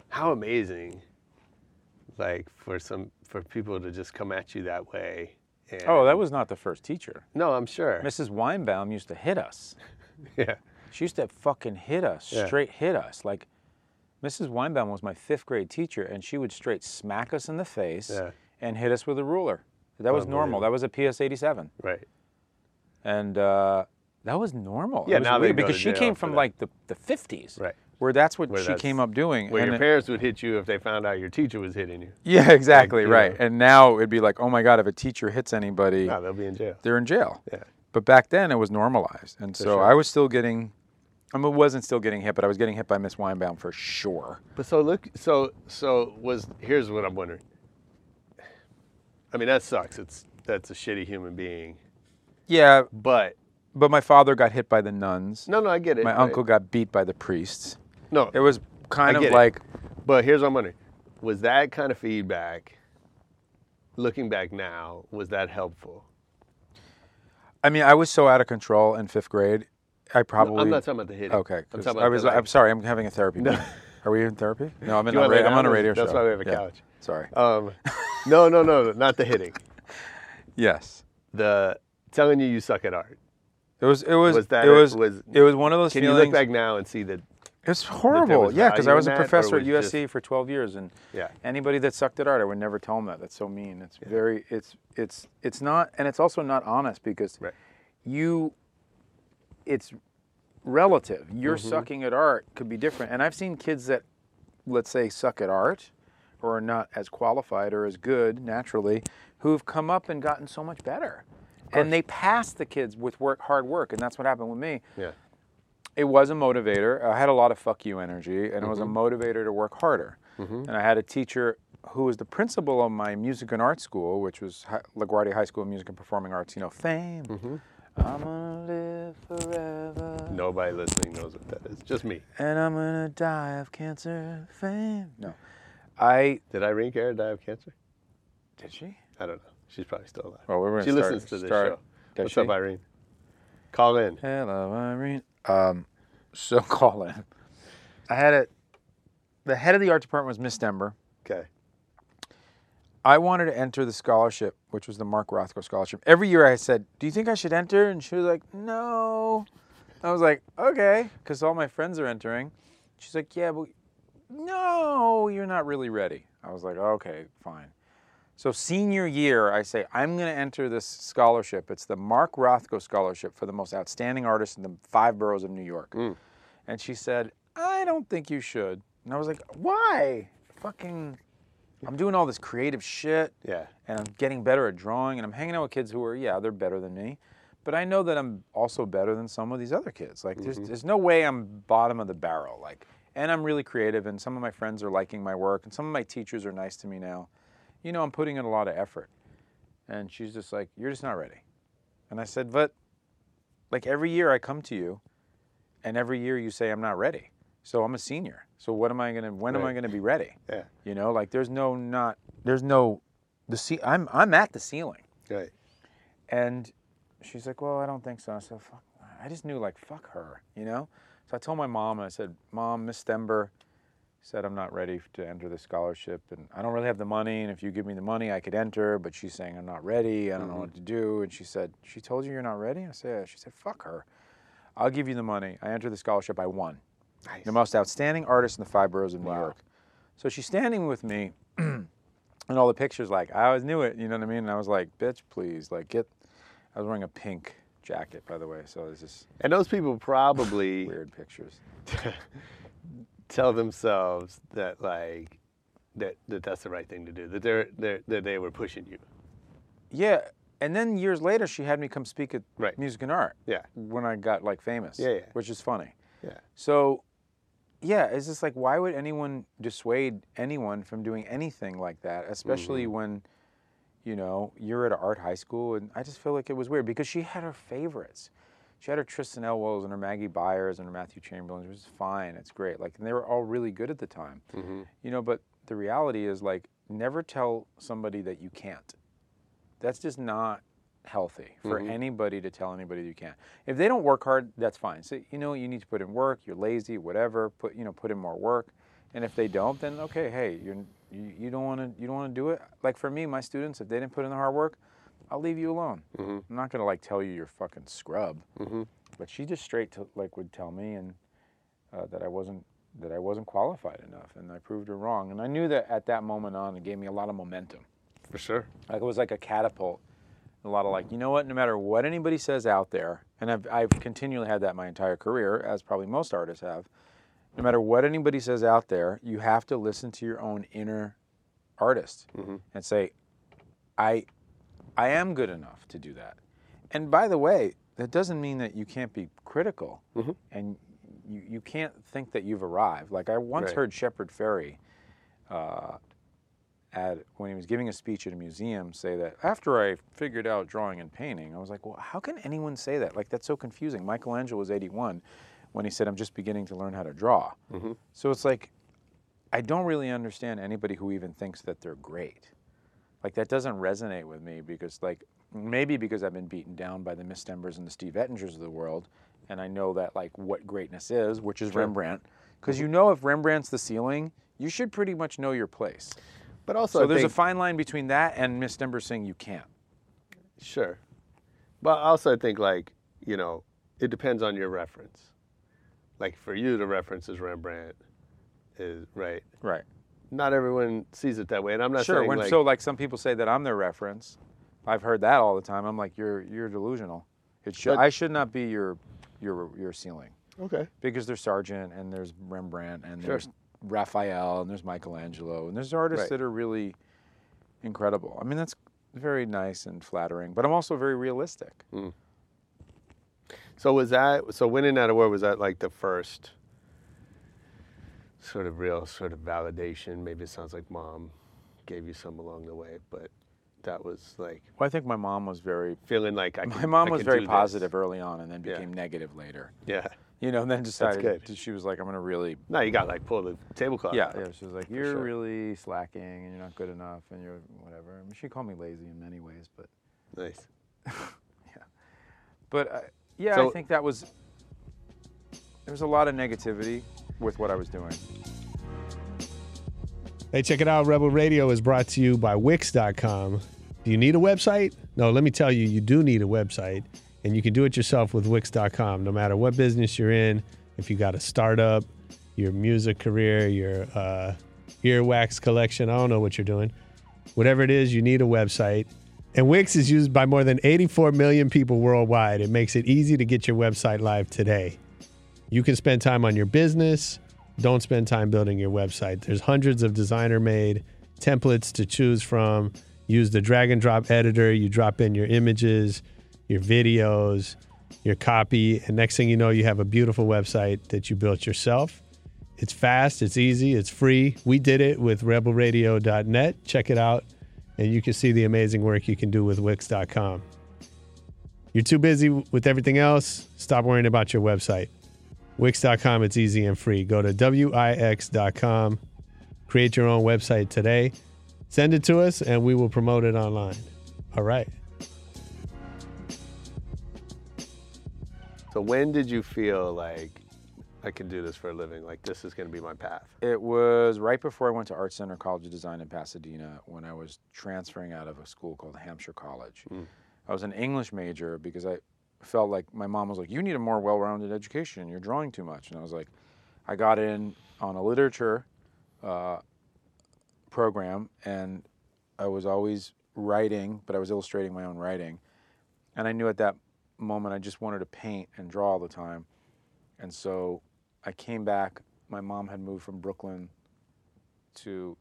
Speaker 9: how amazing, like for some for people to just come at you that way. And,
Speaker 2: Oh, that was not the first teacher.
Speaker 9: no, I'm sure.
Speaker 2: Mrs. Weinbaum used to hit us.
Speaker 9: yeah,
Speaker 2: She used to fucking hit us,
Speaker 9: Yeah.
Speaker 2: straight hit us. Like, Mrs. Weinbaum was my fifth grade teacher, and she would straight smack us in the face
Speaker 9: Yeah.
Speaker 2: and hit us with a ruler. That was normal. That was a PS 87.
Speaker 9: right.
Speaker 2: And uh, that was normal. It
Speaker 9: Yeah,
Speaker 2: was
Speaker 9: now they
Speaker 2: weird
Speaker 9: go to
Speaker 2: because she
Speaker 9: jail
Speaker 2: came
Speaker 9: for
Speaker 2: from
Speaker 9: that.
Speaker 2: like the, the 50s,
Speaker 9: Right.
Speaker 2: where that's what
Speaker 9: Where
Speaker 2: she
Speaker 9: that's-
Speaker 2: came up doing.
Speaker 9: Well,
Speaker 2: and
Speaker 9: your
Speaker 2: it-
Speaker 9: parents would hit you if they found out your teacher was hitting you.
Speaker 2: yeah, exactly,
Speaker 9: you
Speaker 2: right.
Speaker 9: know.
Speaker 2: And now it'd be like, oh my God, if a teacher hits anybody,
Speaker 9: No, they'll be in jail.
Speaker 2: they're in jail.
Speaker 9: Yeah.
Speaker 2: But back then it was normalized, and so
Speaker 9: sure.
Speaker 2: I was still getting. I mean, wasn't still getting hit, but I was getting hit by Miss Weinbaum for sure.
Speaker 9: But so look, so so was here's what I'm wondering. I mean that sucks. It's that's a shitty human being.
Speaker 2: Yeah,
Speaker 9: But
Speaker 2: but my father got hit by the nuns.
Speaker 9: no, no, I get it.
Speaker 2: my
Speaker 9: right?
Speaker 2: uncle got beat by the priests.
Speaker 9: No,
Speaker 2: It was kind
Speaker 9: I
Speaker 2: of
Speaker 9: get it.
Speaker 2: like
Speaker 9: But here's what I'm wondering: was that kind of feedback, looking back now, was that helpful?
Speaker 2: I mean, I was so out of control in fifth grade. I probably
Speaker 9: I'm not talking about the hitting.
Speaker 2: okay.
Speaker 9: I'm
Speaker 2: 'cause
Speaker 9: talking about
Speaker 2: I was.
Speaker 9: the, like-
Speaker 2: I'm sorry. I'm having a therapy. meeting. Are we in therapy? No, I'm in.
Speaker 9: you
Speaker 2: A
Speaker 9: wanna lay
Speaker 2: ra- I'm
Speaker 9: down?
Speaker 2: on a radio
Speaker 9: That's
Speaker 2: show.
Speaker 9: why we have a
Speaker 2: Yeah.
Speaker 9: couch.
Speaker 2: Sorry.
Speaker 9: Um, no, no, no, no, not the hitting.
Speaker 2: yes.
Speaker 9: The telling you you suck at art.
Speaker 2: It was. It was.
Speaker 9: Was that
Speaker 2: it
Speaker 9: a-
Speaker 2: was.
Speaker 9: was-
Speaker 2: it was one of those
Speaker 9: Can you
Speaker 2: feelings.
Speaker 9: look back now and see that?
Speaker 2: It's horrible.
Speaker 9: was
Speaker 2: Yeah, because I
Speaker 9: value
Speaker 2: was
Speaker 9: in
Speaker 2: a
Speaker 9: that, or
Speaker 2: professor at
Speaker 9: was just-
Speaker 2: USC for 12 years, and
Speaker 9: Yeah.
Speaker 2: anybody that sucked at art, I would never tell them that. That's so mean. It's very. It's it's it's not, and it's also not honest because
Speaker 9: Right.
Speaker 2: you. It's relative. Your
Speaker 9: Mm-hmm.
Speaker 2: sucking at art could be different, and I've seen kids that, let's say, suck at art, or are not as qualified or as good naturally, who've come up and gotten so much better, and they pass the kids with work, hard work, and that's what happened with me
Speaker 9: Yeah.
Speaker 2: it was a motivator. I had a lot of fuck you energy, and it was a motivator to work harder. And I had a teacher who was the principal of my music and art school, which was Hi- LaGuardia High School of Music and Performing Arts. You know, fame. I'm gonna live forever,
Speaker 9: Nobody listening knows what that is. Just me.
Speaker 2: and I'm gonna die of cancer. Fame. No, I
Speaker 9: Did Irene Cara die of cancer?
Speaker 2: did she?
Speaker 9: I don't know. She's probably still alive.
Speaker 2: Well, we're gonna
Speaker 9: she
Speaker 2: start-
Speaker 9: listens to this
Speaker 2: start-
Speaker 9: show.
Speaker 2: does
Speaker 9: What's
Speaker 2: she?
Speaker 9: up, Irene? Call in.
Speaker 2: Hello, Irene. Um, so Colin, I had a the head of the art department was Miss Denver.
Speaker 9: Okay.
Speaker 2: I wanted to enter the scholarship, which was the Mark Rothko scholarship. Every year I said, Do you think I should enter? And she was like, No. I was like, Okay, because all my friends are entering. She's like, Yeah, but no, you're not really ready. I was like, Okay, fine. So, senior year, I say, I'm going to enter this scholarship. It's the Mark Rothko scholarship for the most outstanding artist in the five boroughs of New York. And she said, I don't think you should. And I was like, Why? Fucking. I'm doing all this creative shit.
Speaker 9: Yeah.
Speaker 2: And I'm getting better at drawing and I'm hanging out with kids who are, yeah, they're better than me. But I know that I'm also better than some of these other kids. Like there's there's no way I'm bottom of the barrel. Like and I'm really creative and some of my friends are liking my work and some of my teachers are nice to me now. You know, I'm putting in a lot of effort. And she's just like, You're just not ready. And I said, But like every year I come to you and every year you say I'm not ready. So I'm a senior. So what am I gonna when am I
Speaker 9: Right.
Speaker 2: gonna be ready?
Speaker 9: Yeah.
Speaker 2: You know, like there's no not there's no the ce- I'm I'm at the ceiling.
Speaker 9: Right.
Speaker 2: And she's like, "Well, I don't think so." I said, "Fuck." I just knew like fuck her, you know? So I told my mom and I said, "Mom, Miss Stember said I'm not ready to enter the scholarship and I don't really have the money and if you give me the money I could enter, but she's saying I'm not ready. I don't know what to do." And she said, "She told you you're not ready?" I said, "Yeah." She said, "Fuck her. I'll give you the money. I entered the scholarship. I won." the most outstanding artist in the five boroughs of New York. So she's standing with me, and all the pictures, like, I always knew it, you know what I mean? And I was like, bitch, please, like, get. I was wearing a pink jacket, by the way, so this is
Speaker 9: And those people probably
Speaker 2: weird pictures.
Speaker 9: tell themselves that like that, that that's the right thing to do. That they're, they're that they were pushing you.
Speaker 2: Yeah, and then years later, she had me come speak at
Speaker 9: Right.
Speaker 2: Music and Art
Speaker 9: Yeah.
Speaker 2: when I got, like, famous,
Speaker 9: Yeah, yeah.
Speaker 2: which is funny.
Speaker 9: Yeah.
Speaker 2: So, yeah, it's just like, why would anyone dissuade anyone from doing anything like that, especially
Speaker 9: Mm-hmm.
Speaker 2: when, you know, you're at an art high school? And I just feel like it was weird because she had her favorites. She had her Tristan Elwells and her Maggie Byers and her Matthew Chamberlains, which is fine. It's great. Like, and they were all really good at the time.
Speaker 9: Mm-hmm.
Speaker 2: You know, but the reality is, like, never tell somebody that you can't. That's just not healthy for anybody to tell anybody you can't. If they don't work hard, that's fine. So you know you need to put in work. You're lazy, whatever. Put you know put in more work. And if they don't, then okay, hey, you're, you you don't want to you don't want to do it. Like for me, my students, if they didn't put in the hard work, I'll leave you alone. I'm not gonna like tell you you're fucking scrub. But she just straight to, like would tell me and uh, that I wasn't that I wasn't qualified enough, and I proved her wrong. And I knew that at that moment on, it gave me a lot of momentum.
Speaker 9: For sure.
Speaker 2: Like it was like a catapult. A lot of like, you know what? No matter what anybody says out there, and I've, I've continually had that my entire career, as probably most artists have. No matter what anybody says out there, you have to listen to your own inner artist and say, I, I am good enough to do that. And by the way, that doesn't mean that you can't be critical and you, you can't think that you've arrived. Like I once
Speaker 9: Right.
Speaker 2: heard Shepard Ferry at when he was giving a speech at a museum say that after I figured out drawing and painting, I was like, well, how can anyone say that? Like that's so confusing. Michelangelo was 81 when he said, I'm just beginning to learn how to draw. So it's like I don't really understand anybody who even thinks that they're great. Like that doesn't resonate with me because like maybe because I've been beaten down by the Miss Stembers and the Steve Ettingers of the world, and I know that like what greatness is, which is Rembrandt. Because you know if Rembrandt's the ceiling, you should pretty much know your place.
Speaker 9: But also
Speaker 2: So
Speaker 9: I
Speaker 2: there's
Speaker 9: think-
Speaker 2: a fine line between that and Miss Denver saying you can't.
Speaker 9: Sure. But also, I think, like, you know, it depends on your reference. Like, for you, the reference is Rembrandt, is right.
Speaker 2: Right. Not
Speaker 9: Not everyone sees it that way. And I'm not
Speaker 2: sure.
Speaker 9: saying,
Speaker 2: When,
Speaker 9: like,
Speaker 2: so like some people say that I'm their reference. I've heard that all the time. I'm like, you're you're delusional. It should
Speaker 9: But-
Speaker 2: I should not be your your your ceiling
Speaker 9: okay.
Speaker 2: because there's Sargent and there's Rembrandt and there's Raphael and there's Michelangelo and there's artists
Speaker 9: Right.
Speaker 2: that are really incredible. I mean that's very nice and flattering, but I'm also very realistic.
Speaker 9: So was that, so winning that award, was that like the first sort of real sort of validation? Maybe it sounds like mom gave you some along the way, but that was like
Speaker 2: Well, I think my mom was very
Speaker 9: feeling like I
Speaker 2: my
Speaker 9: can-
Speaker 2: mom
Speaker 9: I
Speaker 2: was
Speaker 9: can do
Speaker 2: very
Speaker 9: this.
Speaker 2: positive early on and then
Speaker 9: Yeah.
Speaker 2: became negative later.
Speaker 9: Yeah.
Speaker 2: you know, and then decided
Speaker 11: good.
Speaker 2: she was like, I'm gonna really
Speaker 11: No, you got like pull the tablecloth.
Speaker 2: Yeah,
Speaker 11: out.
Speaker 2: yeah. She was like, "You're
Speaker 11: sure.
Speaker 2: really slacking, and you're not good enough, and you're whatever." I mean, she called me lazy in many ways, but
Speaker 11: Nice.
Speaker 2: but I, yeah, I
Speaker 11: So-
Speaker 2: think that was there was a lot of negativity with what I was doing.
Speaker 9: Hey, check it out. Rebel Radio is brought to you by Wix.com. Do you need a website? No, let me tell you, you do need a website, and you can do it yourself with Wix.com. No matter what business you're in, if you got a startup, your music career, your uh, earwax collection, I don't know what you're doing. Whatever it is, you need a website. And Wix is used by more than 84 million people worldwide. It makes it easy to get your website live today. You can spend time on your business. Don't spend time building your website. There's hundreds of designer made templates to choose from. Use the drag and drop editor. You drop in your images, your videos, your copy. And next thing you know, you have a beautiful website that you built yourself. It's fast, it's easy, it's free. We did it with rebelradio.net. Check it out. And you can see the amazing work you can do with Wix.com. You're too busy with everything else. Stop worrying about your website. Wix.com, it's easy and free. Go to Wix.com, create your own website today, send it to us, and we will promote it online. All right.
Speaker 11: So when did you feel like I can do this for a living? Like this is going to be my path?
Speaker 2: It was right before I went to Art Center College of Design in Pasadena when I was transferring out of a school called Hampshire College. I was an English major because I felt like my mom was like, "You need a more well-rounded education. You're drawing too much." And I was like, I got in on a literature uh, program, and I was always writing, but I was illustrating my own writing. And I knew at that moment I just wanted to paint and draw all the time. And so I came back. My mom had moved from Brooklyn to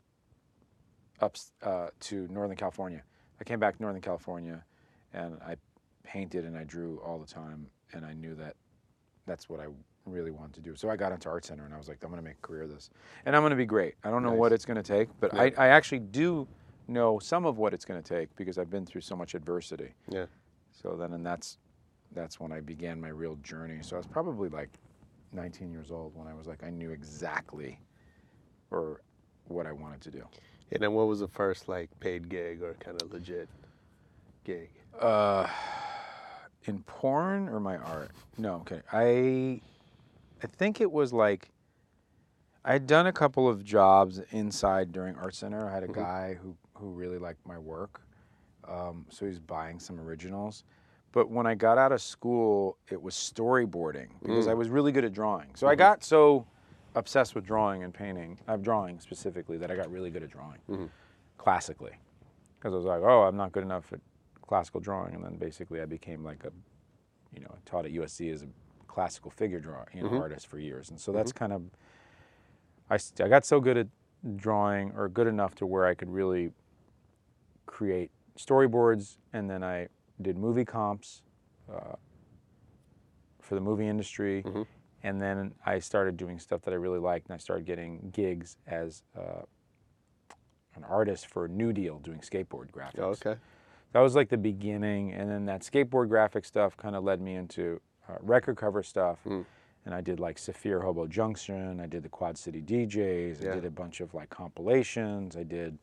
Speaker 2: up uh, to Northern California. I came back to Northern California, and I painted and I drew all the time. And I knew that that's what I really wanted to do. So I got into Art Center, and I was like, I'm going to make a career of this, and I'm going to be great. I don't know what it's going to take, but I, I actually do know some of what it's going to take because I've been through so much adversity.
Speaker 11: Yeah.
Speaker 2: So then, and that's that's when I began my real journey. So I was probably like 19 years old when I was like I knew exactly or what I wanted to do.
Speaker 11: And then what was the first like paid gig or kind of legit gig?
Speaker 2: Uh, In porn or my art? No, okay. I I think it was like I had done a couple of jobs inside during Art Center. I had a guy who who really liked my work. Um, so he was buying some originals. But when I got out of school, it was storyboarding because I was really good at drawing. So I got so obsessed with drawing and painting, I'm drawing specifically, that I got really good at drawing classically. Because I was like, oh, I'm not good enough at classical drawing. And then basically I became like a, you know, I taught at USC as a classical figure drawing you know, artist for years. And so that's kind of, I, s- I got so good at drawing or good enough to where I could really create storyboards. And then I did movie comps uh, for the movie industry. And then I started doing stuff that I really liked, and I started getting gigs as uh, an artist for New Deal doing skateboard graphics.
Speaker 11: Oh, okay.
Speaker 2: That was like the beginning, and then that skateboard graphic stuff kind of led me into uh, record cover stuff.
Speaker 11: Hmm.
Speaker 2: And I did like Saphir Hobo Junction. I did the Quad City DJs. I
Speaker 11: Yeah.
Speaker 2: did a bunch of like compilations. I did.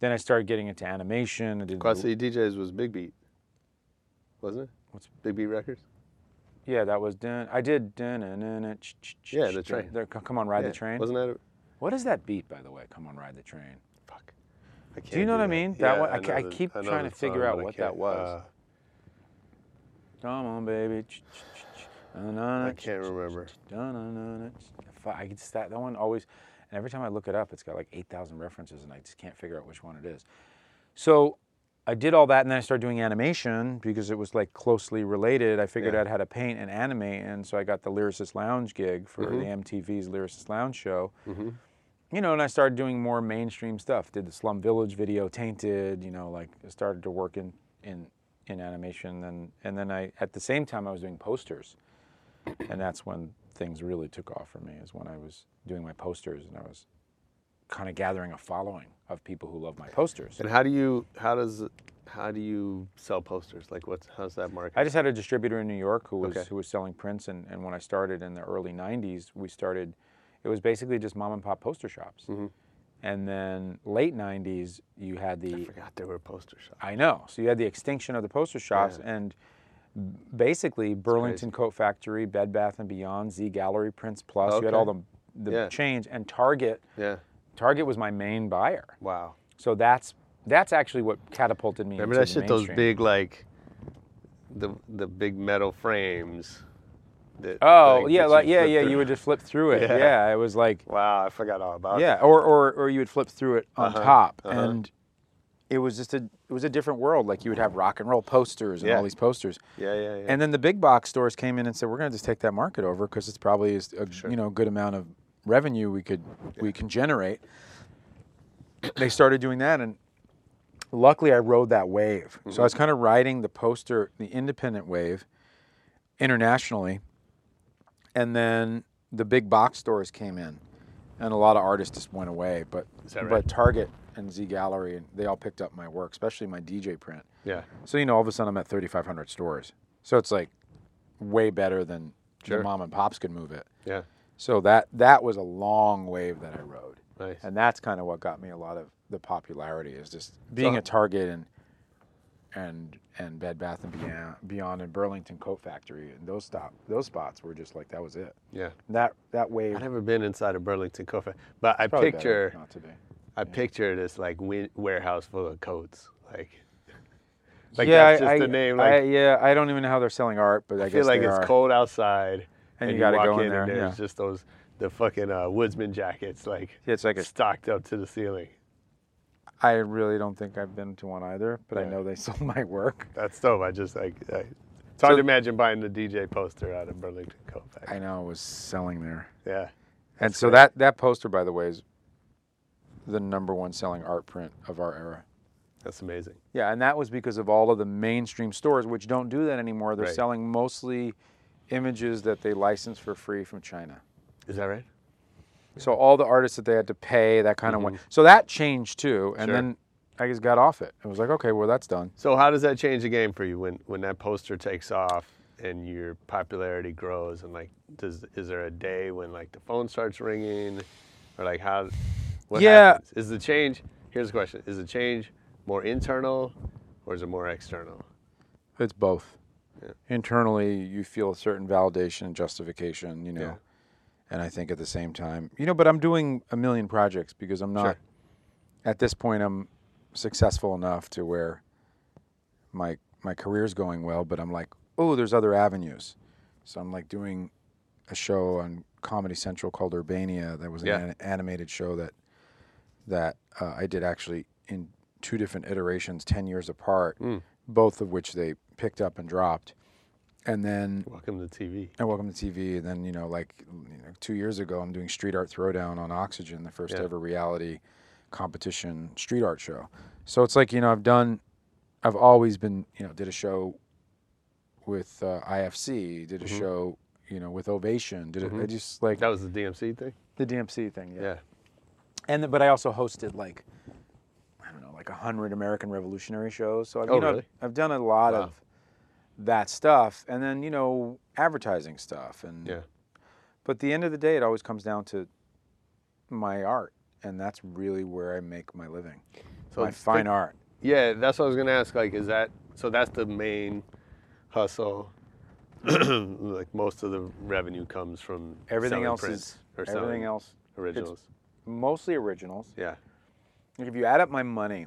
Speaker 2: Then I started getting into animation. I did
Speaker 11: Quad City DJs was Big Beat, wasn't it?
Speaker 2: What's-
Speaker 11: Big Beat Records?
Speaker 2: Yeah, that was dun. I did dun. dun, dun, dun ch- ch- ch-
Speaker 11: Yeah, the
Speaker 2: ch-
Speaker 11: train.
Speaker 2: there- c- come on, ride
Speaker 11: Yeah.
Speaker 2: the train.
Speaker 11: Wasn't that? A,
Speaker 2: What is that beat, by the way? Come on, ride the train.
Speaker 11: fuck. I can't
Speaker 2: Do you know what I
Speaker 11: that.
Speaker 2: mean? That
Speaker 11: Yeah,
Speaker 2: one. I, ca-
Speaker 11: know
Speaker 2: I
Speaker 11: the-
Speaker 2: keep
Speaker 11: know
Speaker 2: trying
Speaker 11: the
Speaker 2: to figure
Speaker 11: song,
Speaker 2: out
Speaker 11: but I
Speaker 2: what that
Speaker 11: can't-
Speaker 2: was.
Speaker 11: uh,
Speaker 2: Come on, baby. Ch- ch- ch- dun, dun,
Speaker 11: I
Speaker 2: ch-
Speaker 11: can't
Speaker 2: ch-
Speaker 11: remember.
Speaker 2: dun, dun, dun, dun, ch- Fu- I just that that one always, and every time I look it up, it's got like eight thousand references, and I just can't figure out which one it is. So I did all that, and then I started doing animation because it was like closely related. I figured out how to paint and animate, and so I got the Lyricist Lounge gig for the MTV's Lyricist Lounge show. You know, and I started doing more mainstream stuff. Did the Slum Village video, Tainted. You know, like I started to work in in in animation, and and then I at the same time I was doing posters and that's when things really took off for me is when i was doing my posters and i was kind of gathering a following of people who love my posters
Speaker 11: And how do you? How does?
Speaker 9: how do you sell posters? Like, what's how's that market?
Speaker 2: I just had a distributor in New York who was
Speaker 9: Okay.
Speaker 2: who was selling prints, and, and when I started in the early '90s, we started. It was basically just mom and pop poster shops, and then late '90s, you had the
Speaker 9: forgot there were poster shops.
Speaker 2: I know. So you had the extinction of the poster shops, and basically Burlington Coat Factory, Bed Bath and Beyond, Z Gallery, Prince Plus. You had
Speaker 9: Okay.
Speaker 2: all the the
Speaker 9: Yeah.
Speaker 2: chains, and Target.
Speaker 9: Yeah.
Speaker 2: Target was my main buyer.
Speaker 9: Wow.
Speaker 2: So that's that's actually what catapulted me. into
Speaker 9: Remember that
Speaker 2: the
Speaker 9: shit? Those
Speaker 2: mainstream.
Speaker 9: big like, the the big metal frames. That,
Speaker 2: Oh
Speaker 9: like,
Speaker 2: yeah,
Speaker 9: that
Speaker 2: like, yeah,
Speaker 9: flip
Speaker 2: yeah.
Speaker 9: through.
Speaker 2: You would just flip through it.
Speaker 9: Yeah.
Speaker 2: Yeah, it was like
Speaker 9: Wow, I forgot all about.
Speaker 2: yeah, or, or or you would flip through it on
Speaker 9: Uh-huh.
Speaker 2: top, and it was just a it was a different world. Like you would have rock and roll posters and
Speaker 9: Yeah.
Speaker 2: all these posters.
Speaker 9: it. Yeah, yeah, yeah.
Speaker 2: And then the big box stores came in and said, "We're going to just take that market over because it's probably is a you know good amount of revenue we could we can generate." They started doing that, and luckily I rode that wave.
Speaker 9: Mm-hmm.
Speaker 2: So I was kind of riding the poster, the independent wave, internationally, and then the big box stores came in, and a lot of artists just went away. But
Speaker 9: that right?
Speaker 2: but Target and Z Gallery, and they all picked up my work, especially my DJ print.
Speaker 9: yeah.
Speaker 2: So you know, all of a sudden I'm at 3,500 stores. So it's like way better than
Speaker 9: Sure.
Speaker 2: the mom and pops could move it.
Speaker 9: Yeah.
Speaker 2: So that that was a long wave that I rode,
Speaker 9: Nice.
Speaker 2: and that's kind of what got me a lot of the popularity is just being a Target and and and Bed Bath and Beyond, Beyond and Burlington Coat Factory and those stop those spots were just like that was it.
Speaker 9: yeah.
Speaker 2: That that wave.
Speaker 9: I've never been inside of Burlington Coat Factory, but I
Speaker 2: probably better
Speaker 9: picture
Speaker 2: not to be.
Speaker 9: I picture this like win- warehouse full of coats, like. Like
Speaker 2: yeah,
Speaker 9: that's just
Speaker 2: I,
Speaker 9: the name.
Speaker 2: I-
Speaker 9: Like
Speaker 2: yeah, I don't even know how they're selling art, but I,
Speaker 9: I
Speaker 2: guess
Speaker 9: feel like
Speaker 2: they
Speaker 9: it's
Speaker 2: are.
Speaker 9: cold outside,
Speaker 2: And you gotta
Speaker 9: walk
Speaker 2: go in there,
Speaker 9: and there's
Speaker 2: yeah.
Speaker 9: just those the fucking uh, woodsman jackets, like
Speaker 2: Yeah, it's like a
Speaker 9: stocked up to the ceiling.
Speaker 2: I really don't think I've been to one either, but I
Speaker 9: Yeah.
Speaker 2: know they sold my work.
Speaker 9: That's dope. I just like I, it's hard
Speaker 2: So-
Speaker 9: to imagine buying the DJ poster out of Burlington Coat Factory.
Speaker 2: I know it was selling there.
Speaker 9: Yeah,
Speaker 2: and so that that poster, by the way, is the number one selling art print of our era.
Speaker 9: that's amazing.
Speaker 2: Yeah, and that was because of all of the mainstream stores, which don't do that anymore. They're
Speaker 9: Right.
Speaker 2: selling mostly images that they license for free from China.
Speaker 9: Is that right?
Speaker 2: So all the artists that they had to pay, that kind of went. So that changed too, and
Speaker 9: Mm-hmm. Sure.
Speaker 2: then I just got off it. It was like, okay, well that's done.
Speaker 9: So how does that change the game for you when when that poster takes off and your popularity grows and like does is there a day when like the phone starts ringing or like how what
Speaker 2: Yeah.
Speaker 9: happens? Is the change here's the question, is the change more internal or is it more external?
Speaker 2: It's both. Internally, you feel a certain validation and justification, you know. And I think at the same time, you know, but I'm doing a million projects because I'm not,
Speaker 9: Sure.
Speaker 2: at this point, I'm successful enough to where my my career's going well, but I'm like, oh, there's other avenues. So I'm like doing a show on Comedy Central called Urbania that was an
Speaker 9: Yeah.
Speaker 2: an animated show that that uh, I did actually in two different iterations, ten years apart,
Speaker 9: Mm.
Speaker 2: both of which they picked up and dropped, and then
Speaker 9: Welcome to TV.
Speaker 2: and welcome to TV. And then you know, like you know, two years ago, I'm doing Street Art Throwdown on Oxygen, the first
Speaker 9: Yeah.
Speaker 2: ever reality competition street art show. So it's like you know, I've done, I've always been you know, did a show with uh, IFC, did a
Speaker 9: Mm-hmm.
Speaker 2: show you know with Ovation, did it. I just like
Speaker 9: That was the DMC thing?
Speaker 2: the DMC thing,
Speaker 9: Mm-hmm. Yeah.
Speaker 2: and the, but I also hosted like I don't know, like a hundred American Revolutionary shows. So I've,
Speaker 9: Oh,
Speaker 2: you know,
Speaker 9: really?
Speaker 2: I've done a lot
Speaker 9: Wow.
Speaker 2: of that stuff, and then you know, advertising stuff, and
Speaker 9: Yeah.
Speaker 2: But at the end of the day, it always comes down to my art, and that's really where I make my living.
Speaker 9: So
Speaker 2: my
Speaker 9: it's
Speaker 2: fine
Speaker 9: the-
Speaker 2: art.
Speaker 9: Yeah, that's what I was gonna ask. Like, is that so? That's the main hustle. like most of the revenue comes from
Speaker 2: Everything
Speaker 9: selling
Speaker 2: else
Speaker 9: prints
Speaker 2: is
Speaker 9: or selling
Speaker 2: everything else.
Speaker 9: originals.
Speaker 2: Mostly originals.
Speaker 9: Yeah,
Speaker 2: Like, If you add up my money,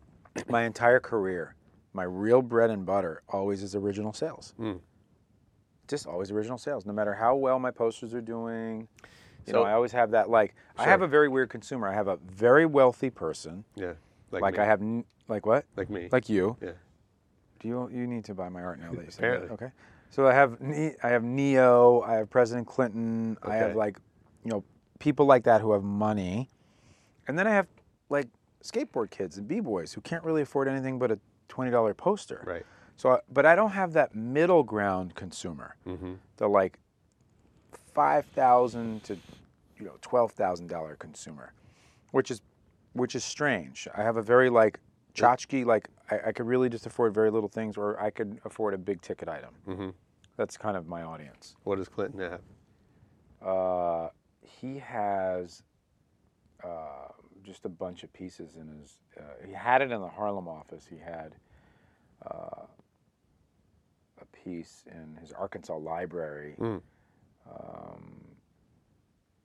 Speaker 2: my entire career, my real bread and butter always is original sales.
Speaker 9: Hmm.
Speaker 2: Just always original sales, no matter how well my posters are doing. You know,
Speaker 9: So-
Speaker 2: I always have that. Like, I have a
Speaker 9: Sure.
Speaker 2: very weird consumer. I have a very wealthy person.
Speaker 9: yeah.
Speaker 2: Like,
Speaker 9: me.
Speaker 2: I have, n- like what?
Speaker 9: Like me.
Speaker 2: Like you.
Speaker 9: Yeah.
Speaker 2: Do you you need to buy my art now that you said that?
Speaker 9: Apparently.
Speaker 2: Okay. So I have Ne- I have Neo. I have President Clinton. I have
Speaker 9: Okay.
Speaker 2: like, you know, people like that who have money, and then I have like skateboard kids and b boys who can't really afford anything but a twenty dollar poster.
Speaker 9: Right.
Speaker 2: So, I, but I don't have that middle ground consumer. The like five thousand to you know twelve thousand dollar consumer, which is which is strange. I have a very like tchotchke, like I, I could really just afford very little things, or I could afford a big ticket item. Mm-hmm. That's kind of my audience.
Speaker 9: What does Clinton have?
Speaker 2: Uh, he has uh, just a bunch of pieces in his. Uh, he had it in the Harlem office. He had uh, a piece in his Arkansas library.
Speaker 9: Hmm.
Speaker 2: Um,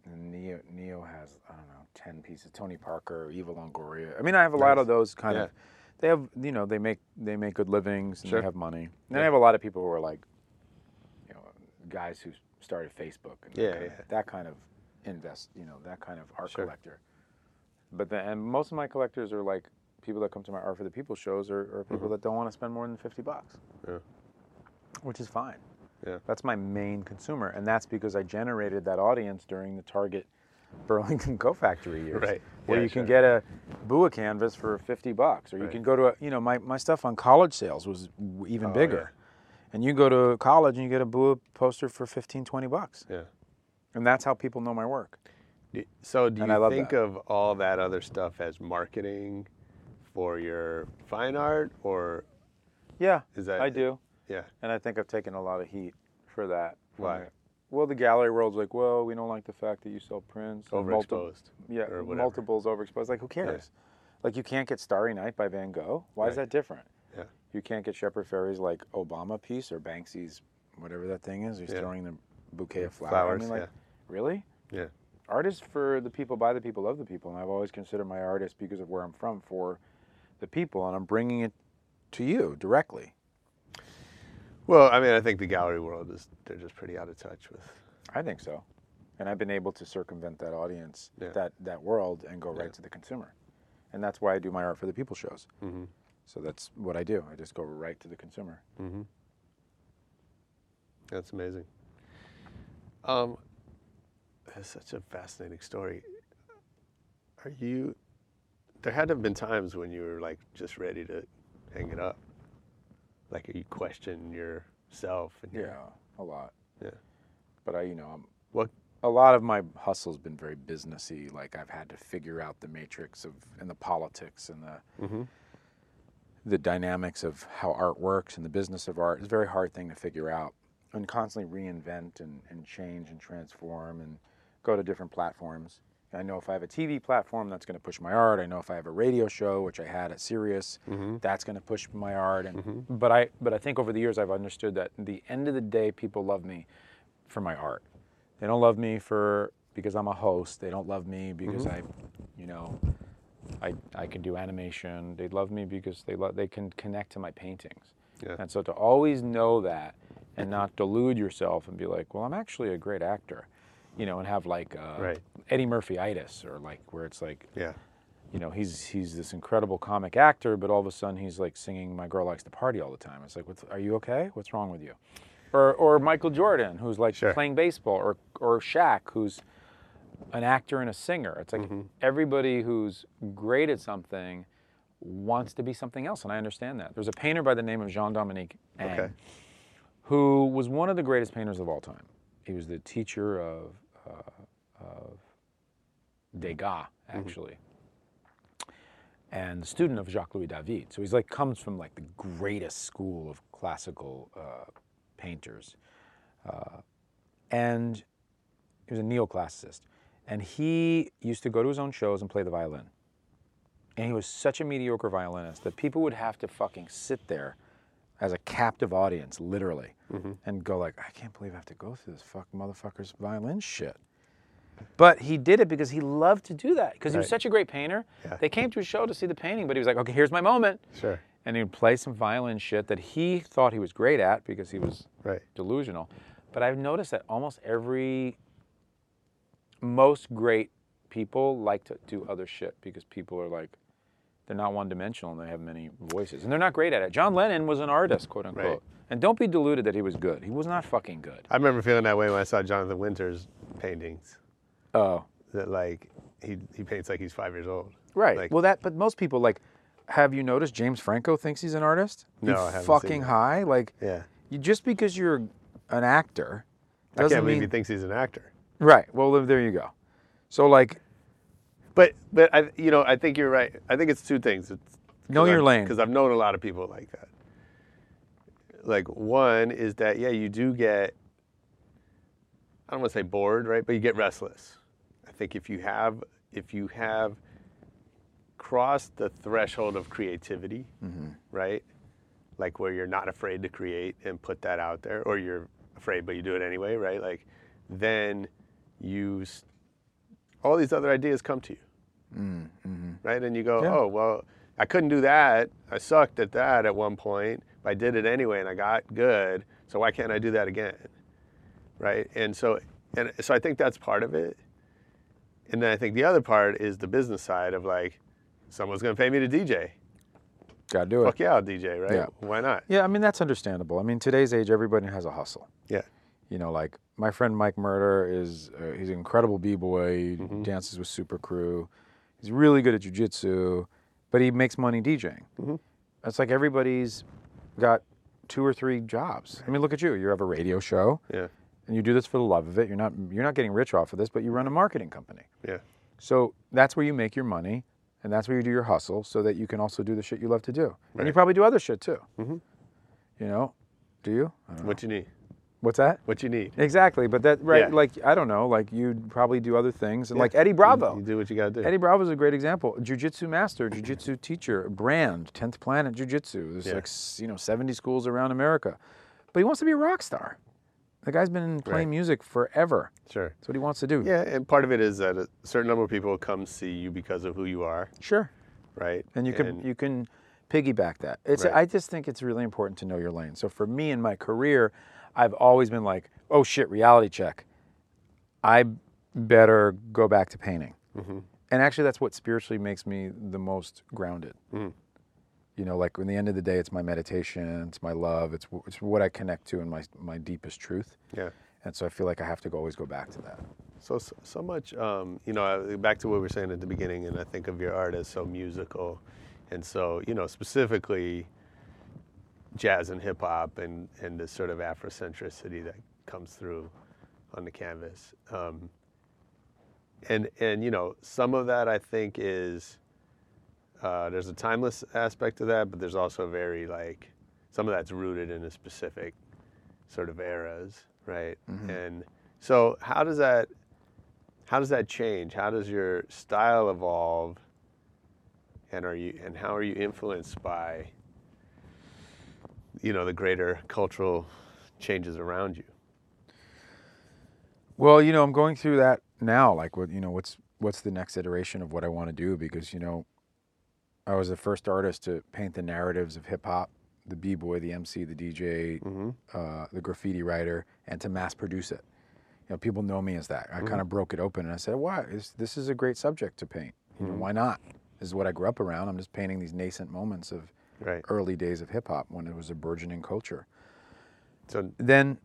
Speaker 2: and Neo, Neo has I don't know ten pieces. Tony Parker, Eva Longoria. I mean, I have a lot of those kind of. They have you know they make they make good livings and
Speaker 9: Sure.
Speaker 2: they have money. And I have a lot of people who are like, you know, guys who started Facebook and
Speaker 9: Yeah,
Speaker 2: that, kind
Speaker 9: yeah.
Speaker 2: Of, that kind of invest you know that kind of art collector. But then and most of my collectors are like people that come to my art for the people shows or, or
Speaker 9: Mm-hmm.
Speaker 2: people that don't want to spend more than fifty bucks
Speaker 9: Yeah.
Speaker 2: which is fine.
Speaker 9: Yeah.
Speaker 2: That's my main consumer, and that's because I generated that audience during the Target Burlington Co-Factory years,
Speaker 9: Right.
Speaker 2: where
Speaker 9: Yeah,
Speaker 2: you
Speaker 9: sure.
Speaker 2: can get a Bua canvas for 50 bucks, or you
Speaker 9: Right.
Speaker 2: can go to a, you know, my, my stuff on college sales was w-
Speaker 9: Oh,
Speaker 2: even bigger. And you go to college and you get a Bua poster for 15, 20 bucks.
Speaker 9: Yeah.
Speaker 2: And that's how people know my work.
Speaker 9: Do- So do
Speaker 2: And I love
Speaker 9: you think
Speaker 2: that.
Speaker 9: of all that other stuff as marketing for your fine art, or
Speaker 2: Yeah,
Speaker 9: Is that-
Speaker 2: I do.
Speaker 9: yeah,
Speaker 2: And I think I've taken a lot of heat for that. from
Speaker 9: Why?
Speaker 2: the- Well, the gallery world's like, well, we don't like the fact that you sell prints. or multi-
Speaker 9: overexposed?
Speaker 2: yeah,
Speaker 9: or whatever.
Speaker 2: multiples overexposed. Like, who cares? Like, you can't get Starry Night by Van Gogh. Why is that different?
Speaker 9: Yeah.
Speaker 2: You can't get Shepard Fairey's like Obama piece or Banksy's whatever that thing is. He's
Speaker 9: Yeah.
Speaker 2: throwing the bouquet of flowers.
Speaker 9: Flowers,
Speaker 2: I mean, like,
Speaker 9: yeah.
Speaker 2: really?
Speaker 9: Yeah.
Speaker 2: Art is for the people, by the people, of the people. And I've always considered my artist because of where I'm from for the people, and I'm bringing it to you directly.
Speaker 9: Well, I mean, I think the gallery world is—they're just pretty out of touch with.
Speaker 2: I think so. And I've been able to circumvent that audience,
Speaker 9: Yeah.
Speaker 2: that, that world, and go right to the consumer. And that's why I do my Art for the People shows.
Speaker 9: Mm-hmm.
Speaker 2: So that's what I do. I just go right to the consumer.
Speaker 9: That's amazing. Um, that's such a fascinating story. Are you? There had to have been times when you were like just ready to hang it up. Like you question yourself. And your-
Speaker 2: Yeah, a lot.
Speaker 9: Yeah.
Speaker 2: But I, you know, I'm,
Speaker 9: What?
Speaker 2: a lot of my hustle's been very businessy. Like I've had to figure out the matrix of and the politics and the the dynamics of how art works and the business of art. It's a very hard thing to figure out and constantly reinvent and, and change and transform and go to different platforms. I know if I have a TV platform, that's going to push my art. I know if I have a radio show, which I had at Sirius, that's going to push my art. And but I but I think over the years I've understood that at the end of the day, people love me for my art. They don't love me for because I'm a host. They don't love me because I, you know, I I can do animation. They love me because they love they can connect to my paintings.
Speaker 9: Yeah.
Speaker 2: And so to always know that and not delude yourself and be like, well, I'm actually a great actor, you know, and have like uh,
Speaker 9: Right.
Speaker 2: Eddie Murphy-itis or like where it's like,
Speaker 9: Yeah.
Speaker 2: you know, he's he's this incredible comic actor, but all of a sudden he's like singing "My Girl Likes to Party" all the time. It's like, what's, are you okay? What's wrong with you? Or or Michael Jordan, who's like
Speaker 9: Sure.
Speaker 2: playing baseball, or or Shaq, who's an actor and a singer. It's like
Speaker 9: Mm-hmm.
Speaker 2: everybody who's great at something wants to be something else, and I understand that. There's a painter by the name of Jean Dominique Ang,
Speaker 9: Okay.
Speaker 2: who was one of the greatest painters of all time. He was the teacher of uh, of Degas,
Speaker 9: Mm-hmm.
Speaker 2: actually and the student of Jacques Louis David. So he's like comes from like the greatest school of classical uh, painters, uh, and he was a neoclassicist. And he used to go to his own shows and play the violin. And he was such a mediocre violinist that people would have to fucking sit there as a captive audience, literally, and go like, I can't believe I have to go through this fuck motherfucker's violin shit. But he did it because he loved to do that because he was
Speaker 9: Right.
Speaker 2: such a great painter. They came to his show to see the painting, but he was like, okay, here's my moment.
Speaker 9: Sure.
Speaker 2: And he would play some violin shit that he thought he was great at because he was
Speaker 9: Right.
Speaker 2: delusional. But I've noticed that almost every, most great people like to do other shit because people are like, they're not one dimensional and they have many voices. And they're not great at it. John Lennon was an artist, quote unquote.
Speaker 9: Right.
Speaker 2: And don't be deluded that he was good. He was not fucking good.
Speaker 9: I remember feeling that way when I saw Jonathan Winters paintings.
Speaker 2: Oh.
Speaker 9: That like he he paints like he's five years old.
Speaker 2: Right.
Speaker 9: Like,
Speaker 2: well, that. But most people like. Have you noticed James Franco thinks he's an artist?
Speaker 9: No,
Speaker 2: You
Speaker 9: I haven't seen
Speaker 2: fucking
Speaker 9: that.
Speaker 2: high. Like,
Speaker 9: Yeah.
Speaker 2: you just because you're an actor
Speaker 9: I
Speaker 2: doesn't
Speaker 9: can't believe
Speaker 2: mean
Speaker 9: he thinks he's an actor.
Speaker 2: right. Well, there you go. So like,
Speaker 9: But but I you know I think you're right. I think it's two things. It's
Speaker 2: Know your lane.
Speaker 9: Because I've known a lot of people like that. Like one is that yeah, you do get. I don't want to say bored, right? But you get restless. I think if you have if you have crossed the threshold of creativity,
Speaker 2: Mm-hmm.
Speaker 9: right? Like where you're not afraid to create and put that out there, or you're afraid but you do it anyway, right? Like then you s- all these other ideas come to you right? And you go,
Speaker 2: Yeah.
Speaker 9: oh, well, I couldn't do that. I sucked at that at one point, but I did it anyway and I got good. So why can't I do that again? Right? And so and so I think that's part of it. And then I think the other part is the business side of like someone's going to pay me to DJ.
Speaker 2: Gotta do it.
Speaker 9: Fuck yeah, I'll DJ, right?
Speaker 2: Yeah.
Speaker 9: Why not?
Speaker 2: Yeah, I mean that's understandable. I mean today's age, everybody has a hustle.
Speaker 9: Yeah.
Speaker 2: You know, like my friend Mike Murder is uh, he's an incredible b boy. He
Speaker 9: Mm-hmm.
Speaker 2: dances with Super Crew. He's really good at jujitsu, but he makes money DJing.
Speaker 9: Mm-hmm.
Speaker 2: It's like everybody's got two or three jobs. I mean, look at you. You have a radio show,
Speaker 9: Yeah.
Speaker 2: and you do this for the love of it. You're not you're not getting rich off of this, but you run a marketing company.
Speaker 9: Yeah.
Speaker 2: So that's where you make your money, and that's where you do your hustle, so that you can also do the shit you love to do. And you
Speaker 9: Right. Mm-hmm.
Speaker 2: probably do other shit too. You know, do you? I don't know.
Speaker 9: What you need?
Speaker 2: What's that?
Speaker 9: What you need?
Speaker 2: Exactly, but that right?
Speaker 9: Yeah.
Speaker 2: Like I don't know. Like you probably do other things, and like
Speaker 9: Yeah.
Speaker 2: Eddie Bravo.
Speaker 9: You do what you got to do.
Speaker 2: Eddie Bravo is a great example. Jiu-jitsu master, jiu-jitsu teacher, brand, 10th Planet Jiu-Jitsu. There's
Speaker 9: Yeah.
Speaker 2: like, s- you know, 70 schools around America. But he wants to be a rock star. The guy's been playing
Speaker 9: Right.
Speaker 2: music forever.
Speaker 9: Sure.
Speaker 2: That's what he wants to do.
Speaker 9: Yeah, and part of it is that a certain number of people come see you because of who you are,
Speaker 2: Sure.
Speaker 9: right?
Speaker 2: And you can you can piggyback that. It's
Speaker 9: Right.
Speaker 2: I just think it's really important to know your lane. So for me in my career, I've always been like, oh shit, reality check. I better go back to painting. And actually, that's what spiritually makes me the most grounded. You know, like in the end of the day, it's my meditation, it's my love, it's wh- it's what I connect to and my my deepest truth.
Speaker 9: yeah.
Speaker 2: And so I feel like I have to go, always go back to that.
Speaker 9: So so- so much, um, you know, I- back to what we were saying at the beginning, and I think of your art as so musical, and so you know specifically jazz and hip hop and and this sort of Afrocentricity that comes through on the canvas, um, and and you know some of that I think is uh, there's a timeless aspect to that, but there's also a very like some of that's rooted in a specific sort of eras, right? And so how does that how does that change? How does your style evolve? And are you and how are you influenced by you know the greater cultural changes around you?
Speaker 2: Well, you know, I'm going through that now. Like, what you know, what's what's the next iteration of what I want to do? Because you know, I was the first artist to paint the narratives of hip hop, the b boy, the MC, the DJ, uh, the graffiti writer, and to mass produce it. You know, people know me as that. I kind of broke it open and I said, "Why? This, this is a great subject to paint. You know, why not? This is what I grew up around. I'm just painting these nascent moments of
Speaker 9: Right.
Speaker 2: early days of hip hop when it was a burgeoning culture.
Speaker 9: So
Speaker 2: Then,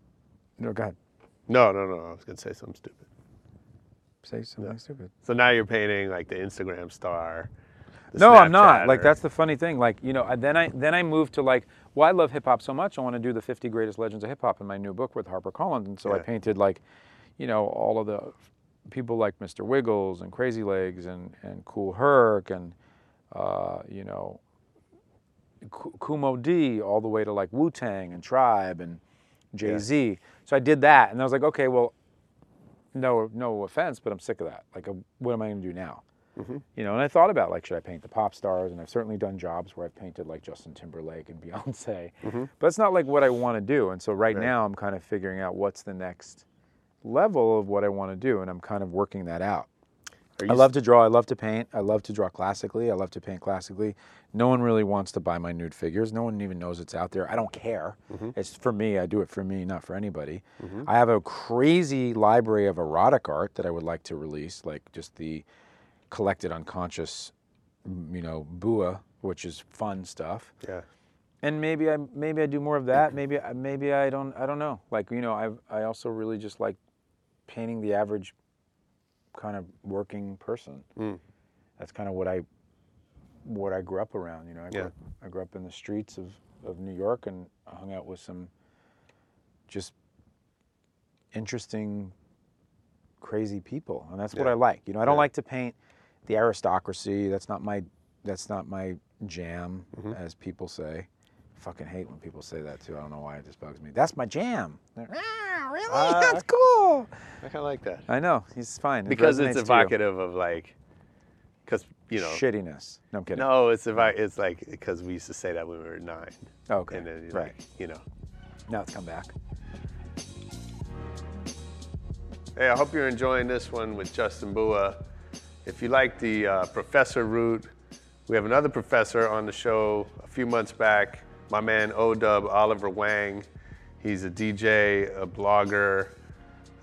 Speaker 2: no, go ahead.
Speaker 9: no, no, no. I was gonna say something stupid.
Speaker 2: Say something stupid.
Speaker 9: So now you're painting like the Instagram star. the
Speaker 2: No, I'm not.
Speaker 9: Snapchatter.
Speaker 2: Like that's the funny thing. Like you know, I- then I then I moved to like, well, I love hip hop so much. I want to do the 50 greatest legends of hip hop in my new book with HarperCollins, and so I
Speaker 9: Yeah.
Speaker 2: painted like, you know, all of the people like Mr. Wiggles and Crazy Legs and and Cool Herc and uh, you know, Ku- Kumo D all the way to like Wu Tang and Tribe and Jay Z. So I did that, and I was like, okay, well, no, no offense, but I'm sick of that. Like, uh, what am I going to do now? You know, and I thought about like, should I paint the pop stars? And I've certainly done jobs where I've painted like Justin Timberlake and Beyonce,
Speaker 9: Mm-hmm.
Speaker 2: but it's not like what I want to do. And so right, now, I'm kind of figuring out what's the next level of what I want to do, and I'm kind of working that out.
Speaker 9: Are
Speaker 2: I
Speaker 9: you-
Speaker 2: love to draw. I love to paint. I love to draw classically. I love to paint classically. No one really wants to buy my nude figures. No one even knows it's out there. I don't care.
Speaker 9: Mm-hmm.
Speaker 2: It's for me. I do it for me, not for anybody. I have a crazy library of erotic art that I would like to release, like just the collected unconscious, m- you know, bua, which is fun stuff
Speaker 9: Yeah.
Speaker 2: and maybe I maybe I do more of that. Maybe I- maybe I don't I don't know. Like you know, I I also really just like painting the average kind of working person.
Speaker 9: Hmm.
Speaker 2: That's kind of what I what I grew up around. You know, I grew,
Speaker 9: Yeah.
Speaker 2: up, I grew up in the streets of of New York and hung out with some just interesting, crazy people, and that's what
Speaker 9: Yeah.
Speaker 2: I like. You know, I don't like to paint the aristocracy. That's not my that's not my jam,
Speaker 9: Mm-hmm.
Speaker 2: as people say. Fucking hate when people say that too. I don't know why it just bugs me. That's my jam. They're, "Ah, really? that's cool.
Speaker 9: I kind of like that
Speaker 2: I know. He's fine. It
Speaker 9: because
Speaker 2: resonates
Speaker 9: it's
Speaker 2: to you.
Speaker 9: evocative of like, because you know.
Speaker 2: Shittiness. No, I'm kidding.
Speaker 9: No, it's evo- it's like because we used to say that when we were nine,
Speaker 2: Okay.
Speaker 9: and then
Speaker 2: right.
Speaker 9: right. you know.
Speaker 2: Now it's come back.
Speaker 9: Hey, I hope you're enjoying this one with Justin Bua. If you like the uh, professor route, we have another professor on the show a few months back, my man O Dub Oliver Wang. He's a DJ, a blogger,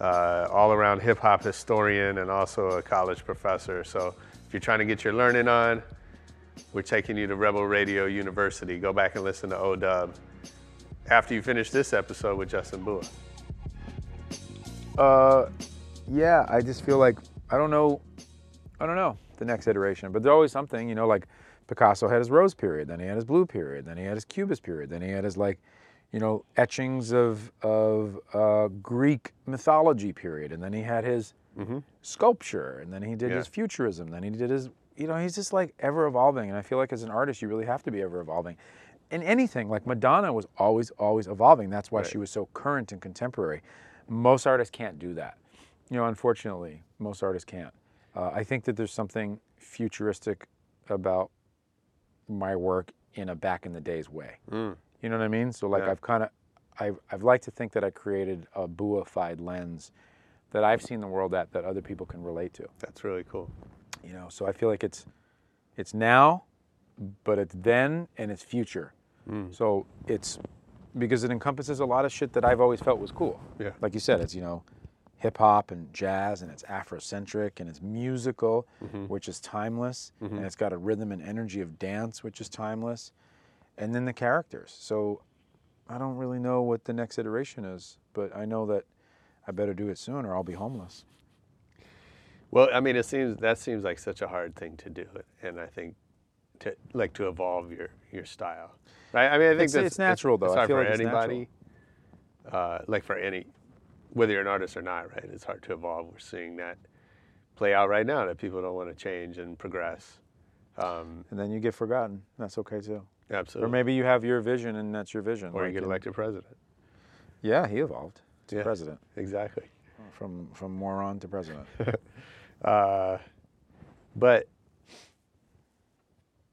Speaker 9: uh, all around hip hop historian, and also a college professor. So if you're trying to get your learning on, we're taking you to Rebel Radio University. Go back and listen to O Dub after you finish this episode with Justin Bua.
Speaker 2: Uh, yeah, I just feel like I don't know, I don't know the next iteration, but there's always something, you know, like Picasso had his rose period, then he had his blue period, then he had his cubist period, then he had his like, you know, etchings of of uh, Greek mythology period, and then he had his sculpture, and then he did
Speaker 9: Yeah.
Speaker 2: his futurism, then he did his, you know, he's just like ever evolving, and I feel like as an artist, you really have to be ever evolving. In anything, like Madonna was always, always evolving. That's why she was so current and contemporary. Most artists can't do that. You know, unfortunately, most artists can't. Uh, I think that there's something futuristic about my work in a back in the days way. You know what I mean? So like I've kind of, I've, I've liked to think that I created a buoified lens that I've seen the world at that other people can relate to.
Speaker 9: That's really cool.
Speaker 2: You know, so I feel like it's, it's now, but it's then and it's future. So it's because it encompasses a lot of shit that I've always felt was cool.
Speaker 9: Yeah.
Speaker 2: Like you said, it's you know, hip hop and jazz and it's Afrocentric and it's musical, which is timeless, and it's got a rhythm and energy of dance, which is timeless, and then the characters. So I don't really know what the next iteration is, but I know that I better do it soon or I'll be homeless.
Speaker 9: Well, I mean, it seems that seems like such a hard thing to do, and I think to like to evolve your your style, right? I mean, I think
Speaker 2: It's-
Speaker 9: that's,
Speaker 2: it's natural, though.
Speaker 9: It's
Speaker 2: I
Speaker 9: hard
Speaker 2: feel
Speaker 9: for
Speaker 2: like it's
Speaker 9: anybody, uh, like for any, whether you're an artist or not, right? It's hard to evolve. We're seeing that play out right now that people don't want to change and progress. Um,
Speaker 2: And then you get forgotten. That's okay too. Or
Speaker 9: absolutely.
Speaker 2: maybe you have your vision and that's your vision.
Speaker 9: Or you
Speaker 2: like
Speaker 9: get
Speaker 2: in-
Speaker 9: elected president.
Speaker 2: Yeah, he evolved to
Speaker 9: Yeah. Hmm.
Speaker 2: president.
Speaker 9: Exactly.
Speaker 2: From from moron to president.
Speaker 9: Uh, but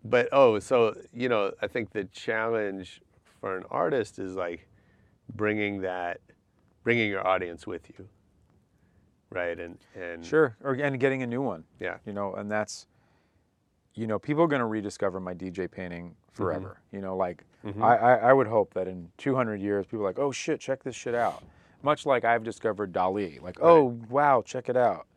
Speaker 9: but oh, so you know, I think the challenge for an artist is like bringing that, bringing your audience with you, right? And and
Speaker 2: Sure, or and getting a new one.
Speaker 9: Yeah.
Speaker 2: you know, and that's, you know, people are going to rediscover my DJ painting forever.
Speaker 9: Mm-hmm.
Speaker 2: You know, like I, I, I would hope that in 200 years, people are like, oh shit, check this shit out. Much like I've discovered Dali, like, oh wow, check it out.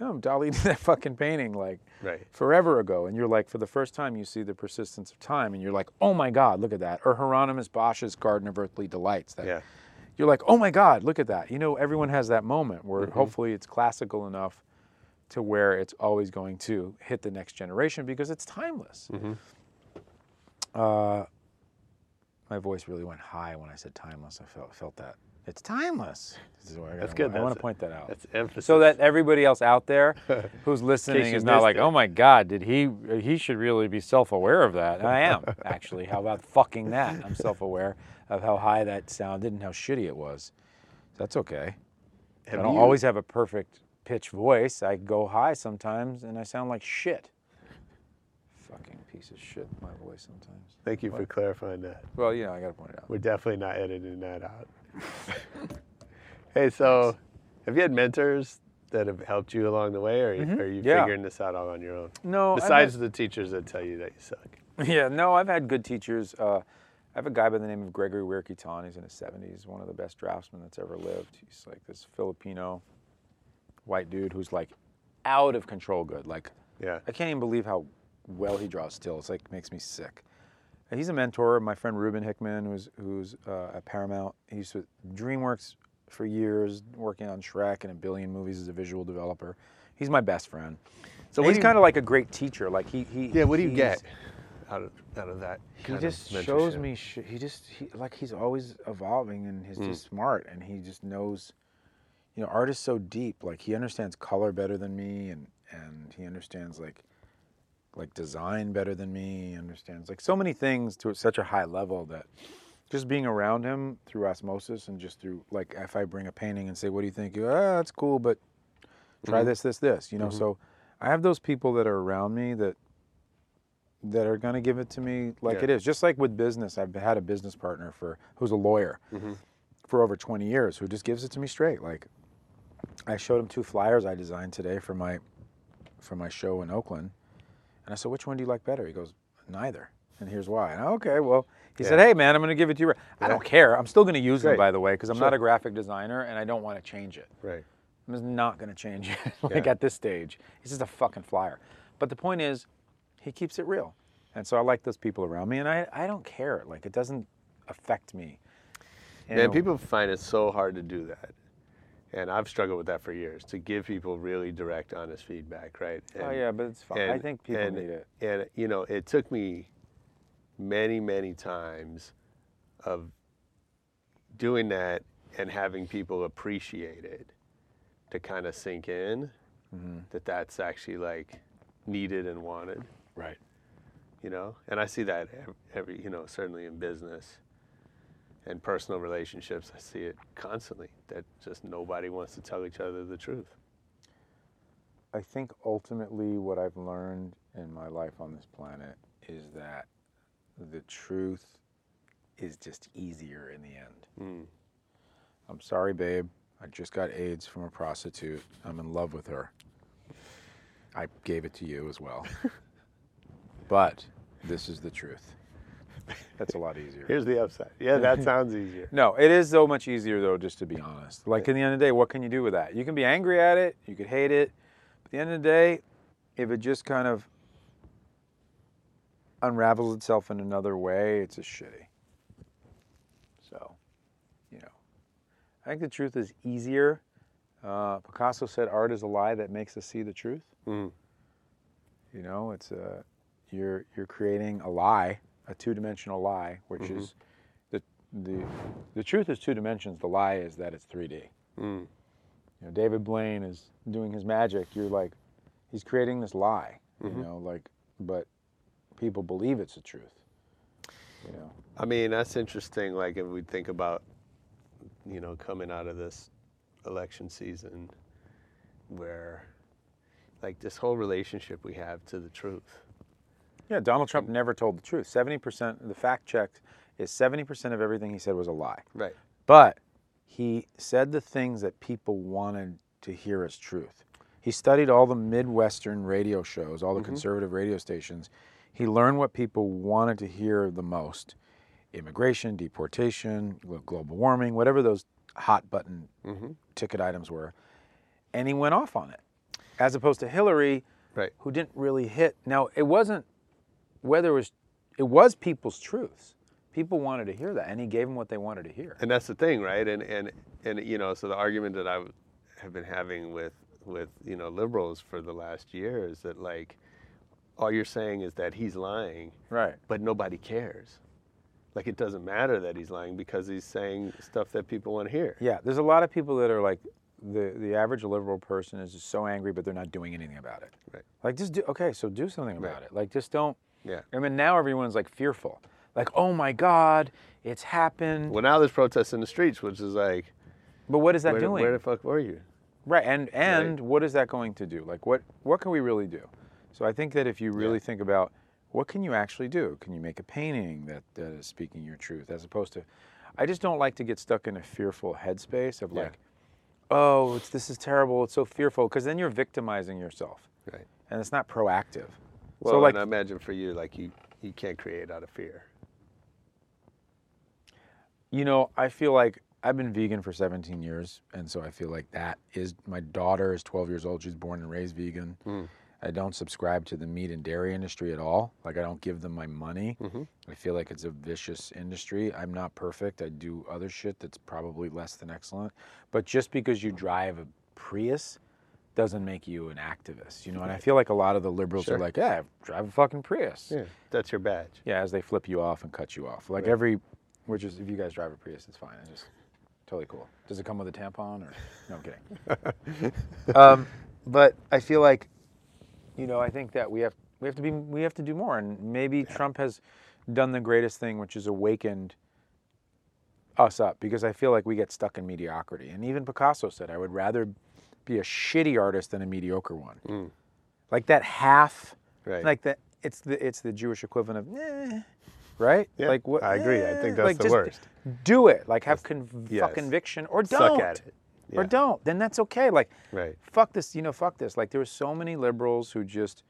Speaker 2: No, Dali "Oh, did that fucking painting like
Speaker 9: Right.
Speaker 2: forever ago, and you're like, for the first time, you see the persistence of time, and you're like, oh my god, look at that. Or Hieronymus Bosch's Garden of Earthly Delights, that
Speaker 9: Yeah.
Speaker 2: you're like, oh my God, look at that. You know, everyone has that moment where
Speaker 9: Mm-hmm.
Speaker 2: hopefully it's classical enough to where it's always going to hit the next generation because it's timeless.
Speaker 9: Mm-hmm.
Speaker 2: Uh, my voice really went high when I said timeless. I felt felt that it's timeless. This is where I
Speaker 9: That's
Speaker 2: gotta-
Speaker 9: good.
Speaker 2: I want
Speaker 9: That's-
Speaker 2: to point that out.
Speaker 9: That's emphasis.
Speaker 2: so that everybody else out there who's
Speaker 9: case
Speaker 2: listening
Speaker 9: you
Speaker 2: is not
Speaker 9: missed
Speaker 2: like,
Speaker 9: it.
Speaker 2: oh my God, did he? uh, He should really be self-aware of that. I am actually. How about fucking that? I'm self-aware of how high that sounded and how shitty it was. That's okay.
Speaker 9: have
Speaker 2: I don't
Speaker 9: you-
Speaker 2: always have a perfect pitch voice. I go high sometimes and I sound like shit. Fucking piece of shit, my voice sometimes.
Speaker 9: Thank you for clarifying that.
Speaker 2: Well, you know, I gotta point it out.
Speaker 9: We're definitely not editing that out. hey, so have you had mentors that have helped you along the way, or are you
Speaker 2: Mm-hmm. Yeah.
Speaker 9: figuring this out all on your own?
Speaker 2: No, I've had-
Speaker 9: Besides the teachers that tell you that you suck.
Speaker 2: Yeah, no, I've had good teachers. Uh, I have a guy by the name of Gregory Wirkiton. He's in his 70s, one of the best draftsmen that's ever lived. He's like this Filipino white dude who's like out of control good. Like,
Speaker 9: Yeah.
Speaker 2: I can't even believe how well he draws still. It's like makes me sick. And He's a mentor. My friend Ruben Hickman, who's who's uh, at Paramount, he used to DreamWorks for years, working on Shrek and a billion movies as a visual developer. He's my best friend. So
Speaker 9: what
Speaker 2: he's
Speaker 9: do you-
Speaker 2: kind of like a great teacher. Like he, he
Speaker 9: Yeah, what do you
Speaker 2: he's-
Speaker 9: get out of out of that?
Speaker 2: he
Speaker 9: kind
Speaker 2: just
Speaker 9: of
Speaker 2: shows
Speaker 9: mentorship?
Speaker 2: me sh- he just he, like he's always evolving and
Speaker 9: Mm.
Speaker 2: he's just smart and he just knows you know art is so deep like he understands color better than me and and he understands like like design better than me, understands like so many things to such a high level that just being around him through osmosis and just through like if I bring a painting and say, "What do you think?" You, ah, that's cool, but try
Speaker 9: Mm-hmm.
Speaker 2: this, this, this. You know, so I have those people that are around me that that are going to give it to me like
Speaker 9: Yeah.
Speaker 2: it is. Just like with business, I've had a business partner for who's a lawyer for over 20 years who just gives it to me straight. Like I showed him two flyers I designed today for my for my show in Oakland, and I said, "Which one do you like better?" He goes, "Neither." And here's why. And I, okay, well, he said, "Hey, man, I'm going to give it to you." I don't care. I'm still going to use them,
Speaker 9: Great.
Speaker 2: by the way, because I'm not a graphic designer and I don't want to change it.
Speaker 9: Right.
Speaker 2: I'm just not going to change it. like at this stage, it's just a fucking flyer. But the point is, he keeps it real, and so I like those people around me, and I, I don't care. Like it doesn't affect me. And
Speaker 9: Man, people find it so hard to do that. And I've struggled with that for years to give people really direct, honest feedback, right?
Speaker 2: Oh
Speaker 9: And-
Speaker 2: yeah, but it's fine. I
Speaker 9: and-
Speaker 2: think people
Speaker 9: and-
Speaker 2: need it.
Speaker 9: And you know, it took me many, many times of doing that and having people appreciate it to kind of sink in
Speaker 2: Mm-hmm.
Speaker 9: that that's actually like needed and wanted,
Speaker 2: Right.
Speaker 9: you know. And I see that ev- every, you know, certainly in business and personal relationships, I see it constantly that just nobody wants to tell each other the truth.
Speaker 2: I think ultimately what I've learned in my life on this planet is that the truth is just easier in the end. I'm sorry, babe. I just got AIDS from a prostitute. I'm in love with her. I gave it to you as well. but this is the truth. That's a lot easier.
Speaker 9: Here's the upside. Yeah, that sounds easier.
Speaker 2: No, it is so much easier though, just to be honest. Like in the end of the day, what can you do with that? You can be angry at it, you could hate it, but at the end of the day, if it just kind of unravels itself in another way, it's a shitty. So, you know, I think the truth is easier. Uh, Picasso said, "Art is a lie that makes us see the truth."
Speaker 9: Mm.
Speaker 2: You know, it's a you're you're creating a lie, a two-dimensional lie, which
Speaker 9: Mm-hmm.
Speaker 2: is the the the truth is two dimensions. The lie is that it's 3D. Hmm. You know, David Blaine is doing his magic. You're like, he's creating this lie. You know, like, but people believe it's the truth. You know,
Speaker 9: I mean, that's interesting. Like, if we think about, you know, coming out of this election season where, like, this whole relationship we have to the truth.
Speaker 2: Yeah, Donald Trump never told the truth. 70%, the fact checked is 70% of everything he said was a lie.
Speaker 9: Right.
Speaker 2: But he said the things that people wanted to hear as truth. He studied all the Midwestern radio shows, all the conservative radio stations. He learned what people wanted to hear the most immigration, deportation, glo- global warming, whatever those hot button ticket items were. And he went off on it. As opposed to Hillary,
Speaker 9: Right.
Speaker 2: who didn't really hit. Now, it wasn't whether it was, it was people's truths. People wanted to hear that, and he gave them what they wanted to hear.
Speaker 9: And that's the thing, right? And and and you know, so the argument that I w- have been having with with you know liberals for the last year is that like, all you're saying is that he's lying,
Speaker 2: Right.
Speaker 9: but nobody cares. Like, it doesn't matter that he's lying because he's saying stuff that people want to hear.
Speaker 2: Yeah, there's a lot of people that are like, the, the average liberal person is just so angry, but they're not doing anything about it.
Speaker 9: Right.
Speaker 2: Like, just do, okay, so do something about
Speaker 9: Right.
Speaker 2: it. Like, just don't.
Speaker 9: Yeah.
Speaker 2: I mean, now everyone's like fearful. Like, oh my God, it's happened.
Speaker 9: Well, now there's protests in the streets, which is like,
Speaker 2: but what is that
Speaker 9: where,
Speaker 2: doing?
Speaker 9: where the fuck were you?
Speaker 2: Right, and and what is that going to do? Like, what what can we really do? So I think that if you really think about what can you actually do, can you make a painting that that is speaking your truth, as opposed to, I just don't like to get stuck in a fearful headspace of like, oh, it's, this is terrible, it's so fearful, because then you're victimizing yourself,
Speaker 9: Right.
Speaker 2: and it's not proactive.
Speaker 9: Well,
Speaker 2: so like,
Speaker 9: and uh, I imagine for you, like you, you can't create out of fear.
Speaker 2: you know, I feel like I've been vegan for 17 years, and so I feel like that is my daughter is 12 years old. She's born and raised vegan. I don't subscribe to the meat and dairy industry at all. Like I don't give them my money. I feel like it's a vicious industry. I'm not perfect. I do other shit that's probably less than excellent. But just because you drive a Prius doesn't make you an activist, you know. And I feel like a lot of the liberals are like, "Yeah, drive a fucking Prius."
Speaker 9: That's your badge.
Speaker 2: Yeah, as they flip you off and cut you off. Like every, which is, if you guys drive a Prius, it's fine. It's just totally cool. Does it come with a tampon or? No, I'm kidding. um, but I feel like, you know, I think that we have, We have to be. We have to do more. And maybe Trump has done the greatest thing, which is awakened us up because I feel like we get stuck in mediocrity. And even Picasso said, "I would rather be a shitty artist than a mediocre one." Like that half.
Speaker 9: Right.
Speaker 2: Like that. It's the it's the Jewish equivalent of. Eh, Right?
Speaker 9: Yeah,
Speaker 2: like what? eh,
Speaker 9: I agree. I think that's
Speaker 2: like
Speaker 9: the
Speaker 2: just
Speaker 9: worst.
Speaker 2: Do it. Like have conv-
Speaker 9: yes.
Speaker 2: conviction or don't
Speaker 9: Suck at it.
Speaker 2: or
Speaker 9: Yeah.
Speaker 2: don't, then that's okay. Like,
Speaker 9: Right.
Speaker 2: fuck this, you know, fuck this. Like, there were so many liberals who just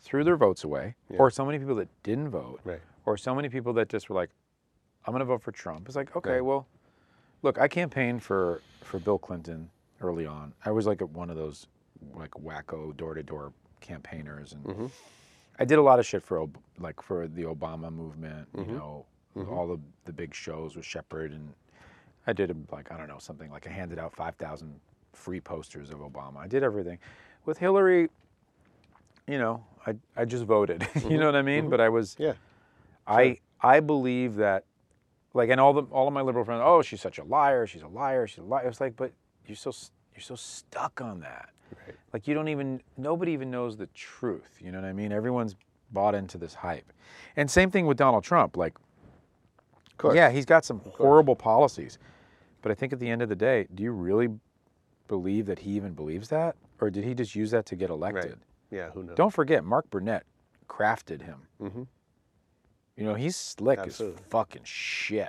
Speaker 2: threw their votes away, or so many people that didn't vote,
Speaker 9: Right.
Speaker 2: or so many people that just were like, I'm going to vote for Trump. It's like, okay, well, look, I campaigned for, for Bill Clinton early on. I was like one of those like wacko door to door campaigners, and I did a lot of shit for Ob- like for the Obama movement. You know, all the the big shows with Shepard and I did a- like I don't know something like I handed out 5,000 free posters of Obama. I did everything. With Hillary, you know, I I just voted. you know what I mean? But I was
Speaker 9: Mm-hmm. Yeah.
Speaker 2: I I believe that like and all the all of my liberal friends, oh, she's such a liar, she's a liar, she's a liar. It's like, but you're so s- you're so stuck on that. Right. Like you don't even nobody even knows the truth. You know what I mean? Everyone's bought into this hype. And same thing with Donald Trump. Like yeah, he's got some horrible policies. But I think at the end of the day, do you really believe that he even believes that? Or did he just use that to get elected?
Speaker 9: Right. Yeah. Who knows?
Speaker 2: Don't forget, Mark Burnett crafted him. You know, he's slick
Speaker 9: Mm-hmm. Absolutely.
Speaker 2: as fucking shit.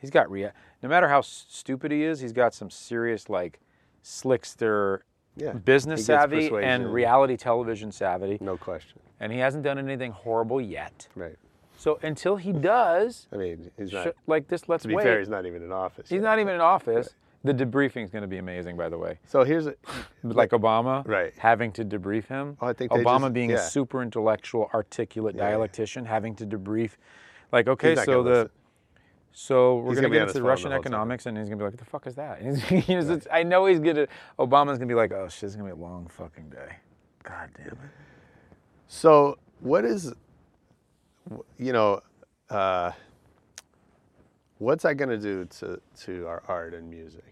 Speaker 2: He's got rea- no matter how s- stupid he is, he's got some serious like slickster
Speaker 9: Yeah,
Speaker 2: business
Speaker 9: he gets
Speaker 2: savvy
Speaker 9: persuasion.
Speaker 2: and reality television savvy.
Speaker 9: No question.
Speaker 2: And he hasn't done anything horrible yet.
Speaker 9: Right.
Speaker 2: So until he does,
Speaker 9: I mean, he's not.
Speaker 2: sh- like this, let's
Speaker 9: to be
Speaker 2: wait.
Speaker 9: fair, he's not even in office.
Speaker 2: He's
Speaker 9: yet.
Speaker 2: not e- even in office. The debriefing is going to be amazing, by the way.
Speaker 9: So here's a,
Speaker 2: Like Obama,
Speaker 9: Right.
Speaker 2: Having to debrief him.
Speaker 9: Oh, I think they
Speaker 2: Obama
Speaker 9: just-
Speaker 2: being
Speaker 9: yeah.
Speaker 2: a super intellectual, articulate
Speaker 9: yeah.
Speaker 2: dialectician, having to debrief, like okay,
Speaker 9: not
Speaker 2: so
Speaker 9: gonna
Speaker 2: the,
Speaker 9: listen.
Speaker 2: so we're
Speaker 9: He's
Speaker 2: gonna,
Speaker 9: gonna be
Speaker 2: get
Speaker 9: on
Speaker 2: into
Speaker 9: his phone the
Speaker 2: Russian
Speaker 9: whole time.
Speaker 2: economics, and he's gonna be like, "What the fuck is that?" And he's- he's just- I know he's gonna. Obama's gonna be like, "Oh shit, it's gonna be a long fucking day." God damn it.
Speaker 9: so what is, you know, uh, what's that going to do to to our art and music?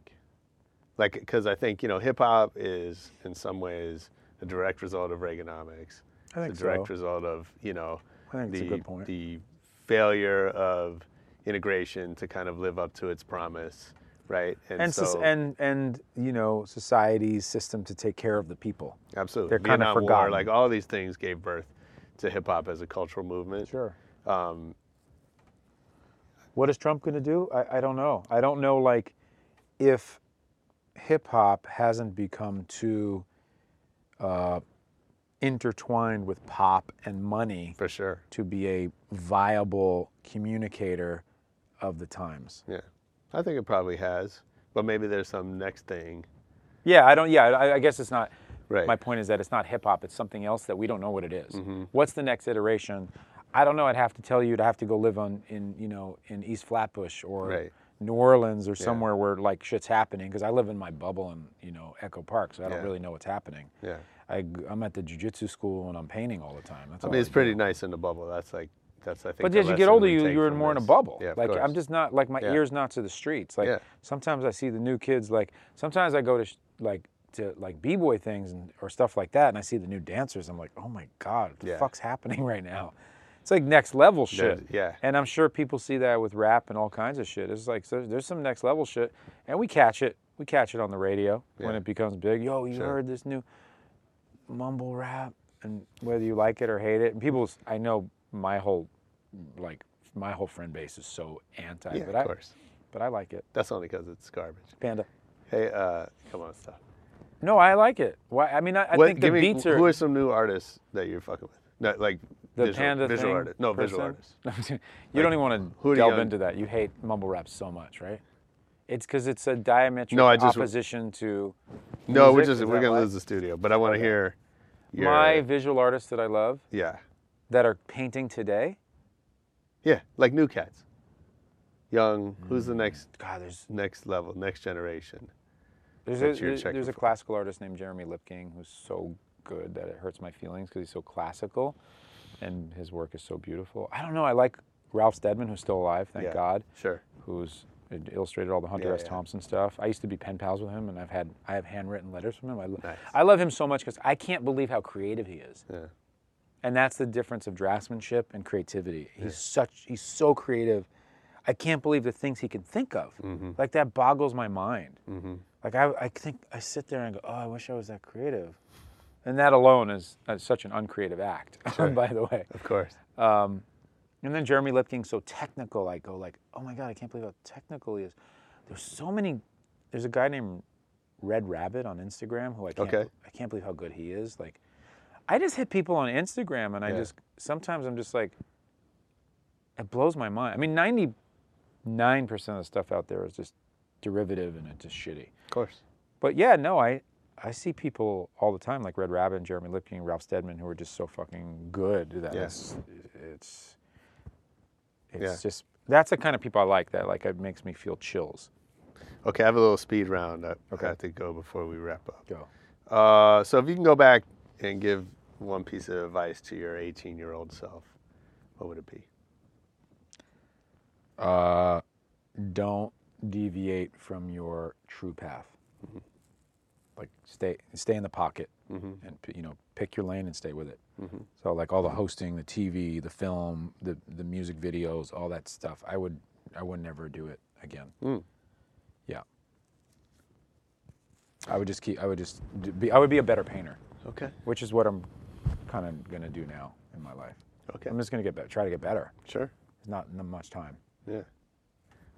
Speaker 9: Like, because I think you know, hip hop is in some ways a direct result of Reaganomics.
Speaker 2: I think
Speaker 9: it's a direct
Speaker 2: so.
Speaker 9: result of you know
Speaker 2: I think
Speaker 9: the
Speaker 2: it's a good point.
Speaker 9: the failure of integration to kind of live up to its promise, right?
Speaker 2: And
Speaker 9: so,
Speaker 2: so, and and you know, society's system to take care of the people.
Speaker 9: Absolutely.
Speaker 2: They're kinda
Speaker 9: Vietnam War,
Speaker 2: forgotten.
Speaker 9: Like all these things gave birth to hip hop as a cultural movement.
Speaker 2: Sure.
Speaker 9: Um,
Speaker 2: What is Trump going to do? I, I don't know. I don't know, like, if hip hop hasn't become too uh, intertwined with pop and money
Speaker 9: for sure.
Speaker 2: to be a viable communicator of the times.
Speaker 9: Yeah. I think it probably has, but maybe there's some next thing.
Speaker 2: Yeah, I don't, yeah, I, I guess it's not.
Speaker 9: Right. Mm-hmm.
Speaker 2: My point is that it's not hip hop, it's something else that we don't know what it is. What's the next iteration? I don't know. I'd have to tell you to have to go live on in you know in East Flatbush or
Speaker 9: Right.
Speaker 2: New Orleans or somewhere where like shit's happening because I live in my bubble in you know Echo Park, so I don't
Speaker 9: Yeah.
Speaker 2: really know what's happening.
Speaker 9: Yeah.
Speaker 2: I, am at the jujitsu school and I'm painting all the time. That's
Speaker 9: I
Speaker 2: all
Speaker 9: mean, it's
Speaker 2: do.
Speaker 9: pretty nice in the bubble. That's like, that's, I think.
Speaker 2: Oh, But
Speaker 9: the
Speaker 2: as you get
Speaker 9: lesson
Speaker 2: older,
Speaker 9: we
Speaker 2: you
Speaker 9: take
Speaker 2: you're
Speaker 9: from
Speaker 2: more in a
Speaker 9: this.
Speaker 2: bubble.
Speaker 9: Yeah, of
Speaker 2: like
Speaker 9: course.
Speaker 2: I'm just not like my
Speaker 9: Yeah.
Speaker 2: ears not to the streets. Like
Speaker 9: Yeah.
Speaker 2: sometimes I see the new kids. Like sometimes I go to sh- like to like b boy things and or stuff like that, and I see the new dancers. I'm like, oh my god, what the
Speaker 9: Yeah.
Speaker 2: fuck's happening right now? It's like next level shit.
Speaker 9: yeah.
Speaker 2: And I'm sure people see that with rap and all kinds of shit. It's like so there's some next level shit, and we catch it. We catch it on the radio when
Speaker 9: Yeah.
Speaker 2: it becomes big. Yo, you heard this new mumble rap and whether you like it or hate it and people i know my whole like my whole friend base is so anti
Speaker 9: Yeah,
Speaker 2: but
Speaker 9: of
Speaker 2: i
Speaker 9: course.
Speaker 2: but i like it
Speaker 9: That's only because it's garbage.
Speaker 2: panda
Speaker 9: Hey, uh, come on, stop.
Speaker 2: no i like it why i mean i, I
Speaker 9: What-
Speaker 2: think the
Speaker 9: give me-
Speaker 2: beats are
Speaker 9: Who are some new artists that you're fucking with? No, like
Speaker 2: the
Speaker 9: visual,
Speaker 2: panda
Speaker 9: visual
Speaker 2: thing
Speaker 9: artists. No, visual
Speaker 2: person.
Speaker 9: artists.
Speaker 2: you don't even want to
Speaker 9: who do you
Speaker 2: delve
Speaker 9: un-
Speaker 2: into that you hate mumble rap so much right it's because it's a diametric
Speaker 9: No, I just-
Speaker 2: opposition to
Speaker 9: No, we're
Speaker 2: music,
Speaker 9: just
Speaker 2: is
Speaker 9: we're
Speaker 2: that
Speaker 9: gonna
Speaker 2: why?
Speaker 9: lose the studio, but I want to hear your
Speaker 2: my visual artists that i love
Speaker 9: yeah
Speaker 2: that are painting today
Speaker 9: yeah like new cats, young. Who's the next
Speaker 2: Hmm. god there's
Speaker 9: next level, next generation?
Speaker 2: There's
Speaker 9: that
Speaker 2: a,
Speaker 9: you're
Speaker 2: there's-
Speaker 9: checking
Speaker 2: there's a
Speaker 9: for.
Speaker 2: classical artist named Jeremy Lipking who's so good that it hurts my feelings because he's so classical, and his work is so beautiful. I don't know. I like Ralph Steadman, who's still alive, thank
Speaker 9: Yeah,
Speaker 2: God.
Speaker 9: sure.
Speaker 2: Who's illustrated all the Hunter
Speaker 9: Yeah,
Speaker 2: S.
Speaker 9: yeah.
Speaker 2: Thompson stuff. I used to be pen pals with him, and I've had I have handwritten letters from him. I, lo- I love him so much because I can't believe how creative he is.
Speaker 9: Yeah.
Speaker 2: and that's the difference of draftsmanship and creativity. He's such he's so creative. I can't believe the things he can think of.
Speaker 9: Mm-hmm.
Speaker 2: Like that boggles my mind. Like I, I think I sit there and go, oh, I wish I was that creative. And that alone is, is such an uncreative act, by the way.
Speaker 9: Of course.
Speaker 2: And then Jeremy Lipking's so technical. I go like, oh my god, I can't believe how technical he is. There's so many. There's a guy named Red Rabbit on Instagram who I can't.
Speaker 9: Okay.
Speaker 2: I can't believe how good he is. Like, I just hit people on Instagram, and I
Speaker 9: Yeah.
Speaker 2: just sometimes I'm just like, it blows my mind. I mean, ninety nine percent of the stuff out there is just derivative and it's just shitty.
Speaker 9: Of course.
Speaker 2: But yeah, no, I I see people all the time like Red Rabbit and Jeremy Lipkin, Ralph Steadman, who are just so fucking good that
Speaker 9: Yeah.
Speaker 2: it's it's it's
Speaker 9: Yeah.
Speaker 2: just that's the kind of people I like. That like it makes me feel chills.
Speaker 9: Okay, I have a little speed round. I I
Speaker 2: Okay.
Speaker 9: have to go before we wrap up.
Speaker 2: Go.
Speaker 9: Uh, so if you can go back and give one piece of advice to your 18 year old self, what would it be?
Speaker 2: Uh, don't deviate from your true path. Like stay stay in the pocket and p- you know pick your lane and stay with it. So like all the hosting, the TV, the film, the the music videos, all that stuff. I would I would never do it again. Yeah. I would just keep. I would just d- be. I would be a better painter,
Speaker 9: Okay.
Speaker 2: which is what I'm kind of gonna do now in my life.
Speaker 9: Okay.
Speaker 2: I'm just gonna get better. Try to get better.
Speaker 9: Sure.
Speaker 2: There's not n- much time.
Speaker 9: Yeah.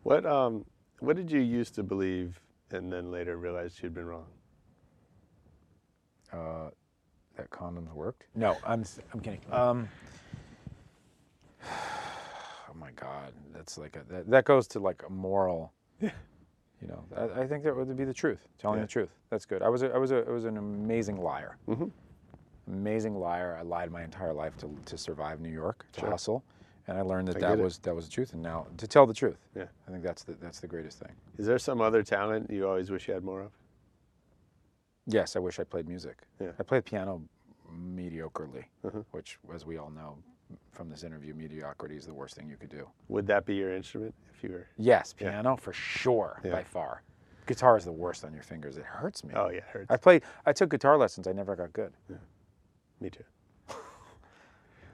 Speaker 9: What um what did you used to believe and then later realized you'd been wrong?
Speaker 2: that condoms worked? No, I'm s- I'm kidding. Um, oh my God, that's like a, that, that goes to like a moral. You know, I, I think that would be the truth. Telling the truth, that's good. I was a, I was a, I was an amazing liar. Amazing liar. I lied my entire life to, to survive New York, to hustle, and I learned that that
Speaker 9: get it.
Speaker 2: was that was the truth. And now to tell the truth,
Speaker 9: Yeah.
Speaker 2: I think that's the that's the greatest thing.
Speaker 9: Is there some other talent you always wish you had more of?
Speaker 2: Yes, I wish I played music.
Speaker 9: Yeah.
Speaker 2: I played piano mediocrely, which, as we all know from this interview, mediocrity is the worst thing you could do.
Speaker 9: Would that be your instrument if you were
Speaker 2: Yes, piano for sure, by far. Guitar is the worst on your fingers. It hurts me.
Speaker 9: Oh yeah, it hurts.
Speaker 2: I played. I took guitar lessons. I never got good.
Speaker 9: Me too.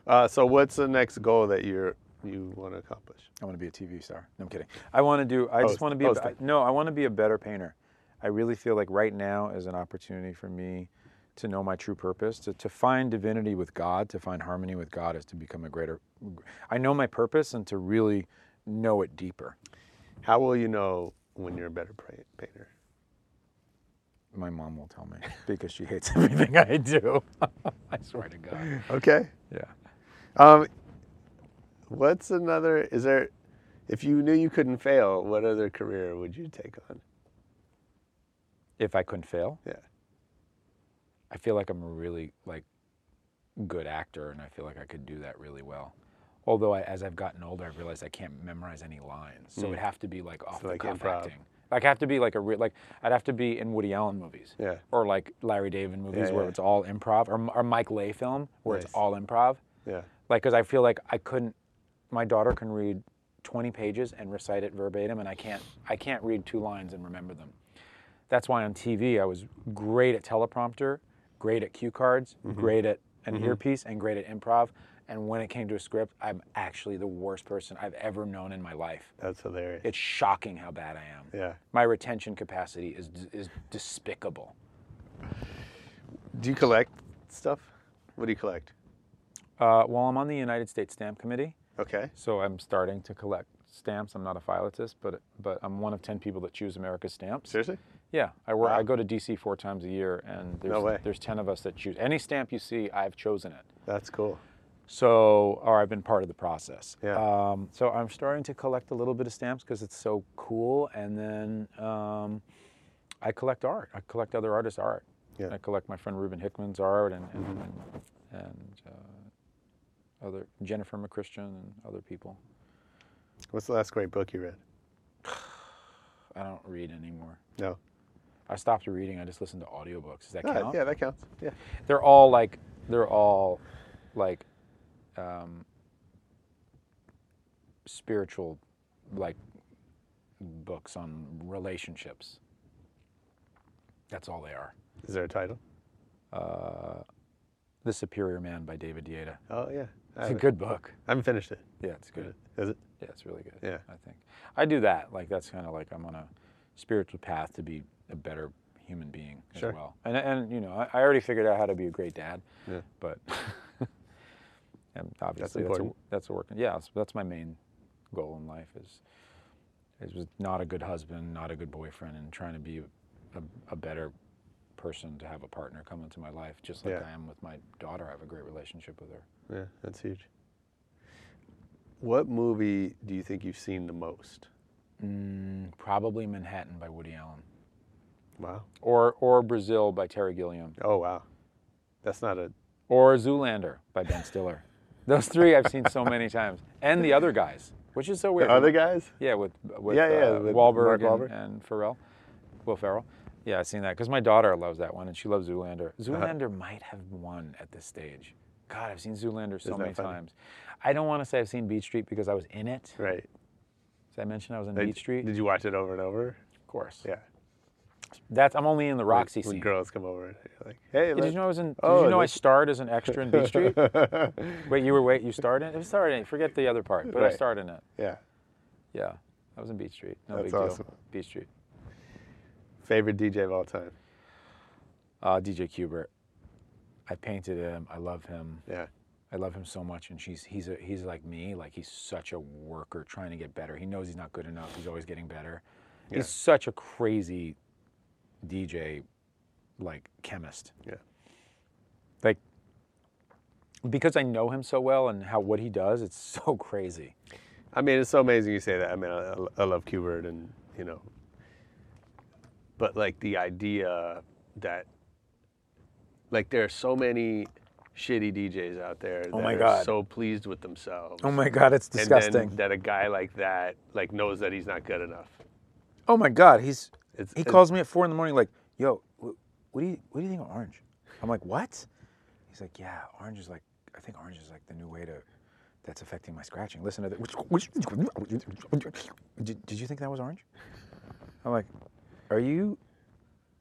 Speaker 9: Uh, so what's the next goal that you're you want to accomplish?
Speaker 2: I want to be a TV star. No, I'm kidding. I want to do. I just want to be. A,
Speaker 9: hosting.
Speaker 2: I- no, I want to be a better painter. I really feel like right now is an opportunity for me to know my true purpose, to, to find divinity with God, to find harmony with God, is to become a greater. I know my purpose and to really know it deeper.
Speaker 9: How will you know when you're a better pra- painter?
Speaker 2: My mom will tell me because she hates everything I do. I swear to God.
Speaker 9: Okay.
Speaker 2: Yeah.
Speaker 9: Um, what's another? Is there? If you knew you couldn't fail, what other career would you take on?
Speaker 2: If I couldn't fail,
Speaker 9: Yeah.
Speaker 2: I feel like I'm a really like good actor, and I feel like I could do that really well. Although I, as I've gotten older, I've realized I can't memorize any lines, so it'd have to be like off the
Speaker 9: Hmm. like
Speaker 2: cuff
Speaker 9: improv.
Speaker 2: acting. Like I have to be like a re- like I'd have to be in Woody Allen movies,
Speaker 9: Yeah.
Speaker 2: or like Larry David movies where
Speaker 9: yeah.
Speaker 2: it's all improv, or, or Mike Lay film where
Speaker 9: Nice.
Speaker 2: it's all improv.
Speaker 9: Yeah.
Speaker 2: Like, cause I feel like I couldn't. My daughter can read 20 pages and recite it verbatim, and I can't. I can't read two lines and remember them. That's why on TV I was great at teleprompter, great at cue cards, great at an earpiece, and great at improv. And when it came to a script, I'm actually the worst person I've ever known in my life.
Speaker 9: That's hilarious.
Speaker 2: It's shocking how bad I am.
Speaker 9: Yeah.
Speaker 2: My retention capacity is is despicable.
Speaker 9: Do you collect stuff? What do you collect?
Speaker 2: Uh, while I'm on the United States Stamp Committee,
Speaker 9: Okay.
Speaker 2: So I'm starting to collect stamps. I'm not a philatelist, but but I'm one of ten people that choose America's stamps.
Speaker 9: Seriously?
Speaker 2: Yeah, I work.
Speaker 9: Wow.
Speaker 2: I go to DC four times a year, and there's
Speaker 9: way.
Speaker 2: there's ten of us that choose any stamp you see. I've chosen it.
Speaker 9: That's cool.
Speaker 2: So, or I've been part of the process.
Speaker 9: Yeah.
Speaker 2: Um, so I'm starting to collect a little bit of stamps because it's so cool, and then um, I collect art. I collect other artists' art.
Speaker 9: Yeah.
Speaker 2: I collect my friend Ruben Hickman's art and and, and, uh, other Jennifer McChristian and other people.
Speaker 9: What's the last great book you read?
Speaker 2: I don't read anymore.
Speaker 9: No.
Speaker 2: I stopped reading. I just listen to audiobooks. Does that
Speaker 9: Ah,
Speaker 2: count?
Speaker 9: yeah, that counts. Yeah.
Speaker 2: They're all like, they're all like, um, spiritual, like, books on relationships. That's all they are. Uh,
Speaker 9: Is there a title?
Speaker 2: The Superior Man by David Dieta.
Speaker 9: Oh yeah, I
Speaker 2: It's a
Speaker 9: haven't-
Speaker 2: good book.
Speaker 9: I haven't finished it.
Speaker 2: Yeah, it's good.
Speaker 9: Is it?
Speaker 2: Yeah, it's really good.
Speaker 9: Yeah.
Speaker 2: I think I do that. Like that's kind of like I'm on a spiritual path to be a better human being as
Speaker 9: Sure.
Speaker 2: well. And and you know I, I already figured out how to be a great dad.
Speaker 9: Yeah.
Speaker 2: But and obviously that's, a,
Speaker 9: important.
Speaker 2: that's a work. Yeah, that's, that's my main goal in life is is was not a good husband, not a good boyfriend, and trying to be a, a better person to have a partner come into my life, just like
Speaker 9: Yeah.
Speaker 2: I am with my daughter. I have a great relationship with her.
Speaker 9: Yeah, that's huge. What movie do you think you've seen the most?
Speaker 2: Mm, probably Manhattan by Woody Allen.
Speaker 9: Wow.
Speaker 2: or or Brazil by Terry Gilliam,
Speaker 9: Oh wow, that's not a.
Speaker 2: or Zoolander by Ben Stiller. Those three I've seen so many times, and the other guys, which is so weird.
Speaker 9: Other guys?
Speaker 2: yeah, with with,
Speaker 9: Yeah, yeah,
Speaker 2: uh,
Speaker 9: with
Speaker 2: Wahlberg,
Speaker 9: Mark
Speaker 2: and,
Speaker 9: Wahlberg.
Speaker 2: and Farrell, Will Ferrell. Yeah, I've seen that because my daughter loves that one, and she loves Zoolander.
Speaker 9: Uh-huh.
Speaker 2: Zoolander might have won at this stage. God, I've seen Zoolander so
Speaker 9: Isn't
Speaker 2: many
Speaker 9: that funny?
Speaker 2: times. I don't want to say I've seen Beach Street because I was in it.
Speaker 9: Right.
Speaker 2: Did I mention I was in
Speaker 9: Did-
Speaker 2: Beach Street?
Speaker 9: Did you watch it over and over?
Speaker 2: of course.
Speaker 9: Yeah.
Speaker 2: That's I'm only in the Roxy
Speaker 9: When
Speaker 2: scene.
Speaker 9: girls come over, and you're like, hey,
Speaker 2: Hey,
Speaker 9: let-
Speaker 2: did you know I was in? did
Speaker 9: Oh,
Speaker 2: you know I
Speaker 9: this-
Speaker 2: starred as an extra in Beach Street? wait, you were wait, you starred in? I starred in. it. Forget the other part, but I
Speaker 9: Right.
Speaker 2: starred in it.
Speaker 9: Yeah.
Speaker 2: Yeah, I was in Beach Street. No
Speaker 9: That's
Speaker 2: big deal.
Speaker 9: awesome.
Speaker 2: Beach Street.
Speaker 9: Favorite DJ of all time.
Speaker 2: Uh, DJ Kubert. I painted him. I love him.
Speaker 9: Yeah.
Speaker 2: I love him so much, and she's he's a, he's like me. Like he's such a worker, trying to get better. He knows he's not good enough. He's always getting better.
Speaker 9: Yeah.
Speaker 2: He's such a crazy DJ, like chemist.
Speaker 9: Yeah.
Speaker 2: Like because I know him so well and how what he does, it's so crazy.
Speaker 9: I mean, it's so amazing you say that. I mean, I, I love Q-Bird and, you know, but like the idea that, like, there are so many shitty DJs out there
Speaker 2: Oh
Speaker 9: that
Speaker 2: my
Speaker 9: are
Speaker 2: God.
Speaker 9: so pleased with themselves.
Speaker 2: my god, it's
Speaker 9: and then that a guy like that, like, knows that he's not good enough.
Speaker 2: oh my god, he's
Speaker 9: It's-
Speaker 2: he
Speaker 9: it-
Speaker 2: calls me at four in the morning like, yo, wh- what do you what do you think of orange? I'm like, what? He's like, yeah, orange is like I think orange is like the new way to that's affecting my scratching. Listen to that. Did, did you think that was orange? I'm like, are you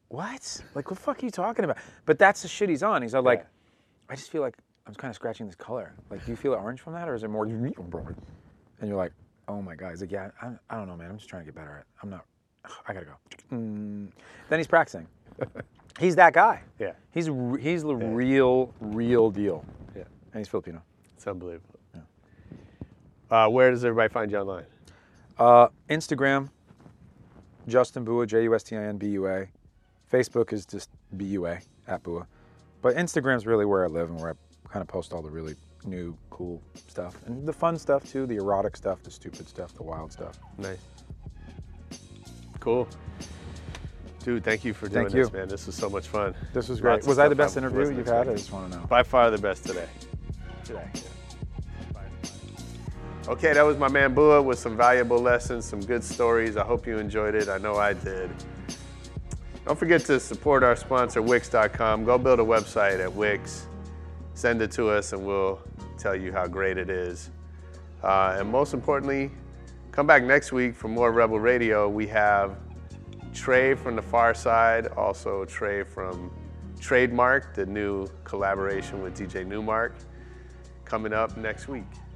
Speaker 2: what? Like what the fuck are you talking about? But that's the shit he's on. He's all like, I just feel like I'm kind of scratching this color. Like, do you feel orange from that, or is it more? And you're like, oh my god. He's like, yeah, I, I don't know, man. I'm just trying to get better at. It. I'm not. I gotta go. Mm. Then he's practicing. he's that guy.
Speaker 9: Yeah.
Speaker 2: He's r- he's the real real deal.
Speaker 9: Yeah.
Speaker 2: And he's Filipino.
Speaker 9: It's unbelievable. Uh, where does everybody find you online?
Speaker 2: Uh, Instagram, Justin Bua, J U S T I N B U A. Facebook is just B U A at Bua, but Instagram's really where I live and where I kind of post all the really new, cool stuff and the fun stuff too, the erotic stuff, the stupid stuff, the wild stuff.
Speaker 9: Nice. Cool. Dude, thank you for doing
Speaker 2: Thank
Speaker 9: this,
Speaker 2: you.
Speaker 9: man. This was so much fun.
Speaker 2: This was
Speaker 9: Lots
Speaker 2: great.
Speaker 9: of
Speaker 2: Was I the
Speaker 9: stuff I
Speaker 2: best interview
Speaker 9: wasn't
Speaker 2: you've had? I
Speaker 9: expecting.
Speaker 2: just want to know.
Speaker 9: By far the best today.
Speaker 2: Today.
Speaker 9: Okay, that was my man Bua with some valuable lessons, some good stories. I hope you enjoyed it. I know I did. Don't forget to support our sponsor, Wix.com. Go build a website at Wix. Send it to us, and we'll tell you how great it is. Uh, and most importantly, come back next week for more Rebel Radio. We have Trey from the Far Side, also Trey from Trademark, the new collaboration with DJ Newmark, coming up next week.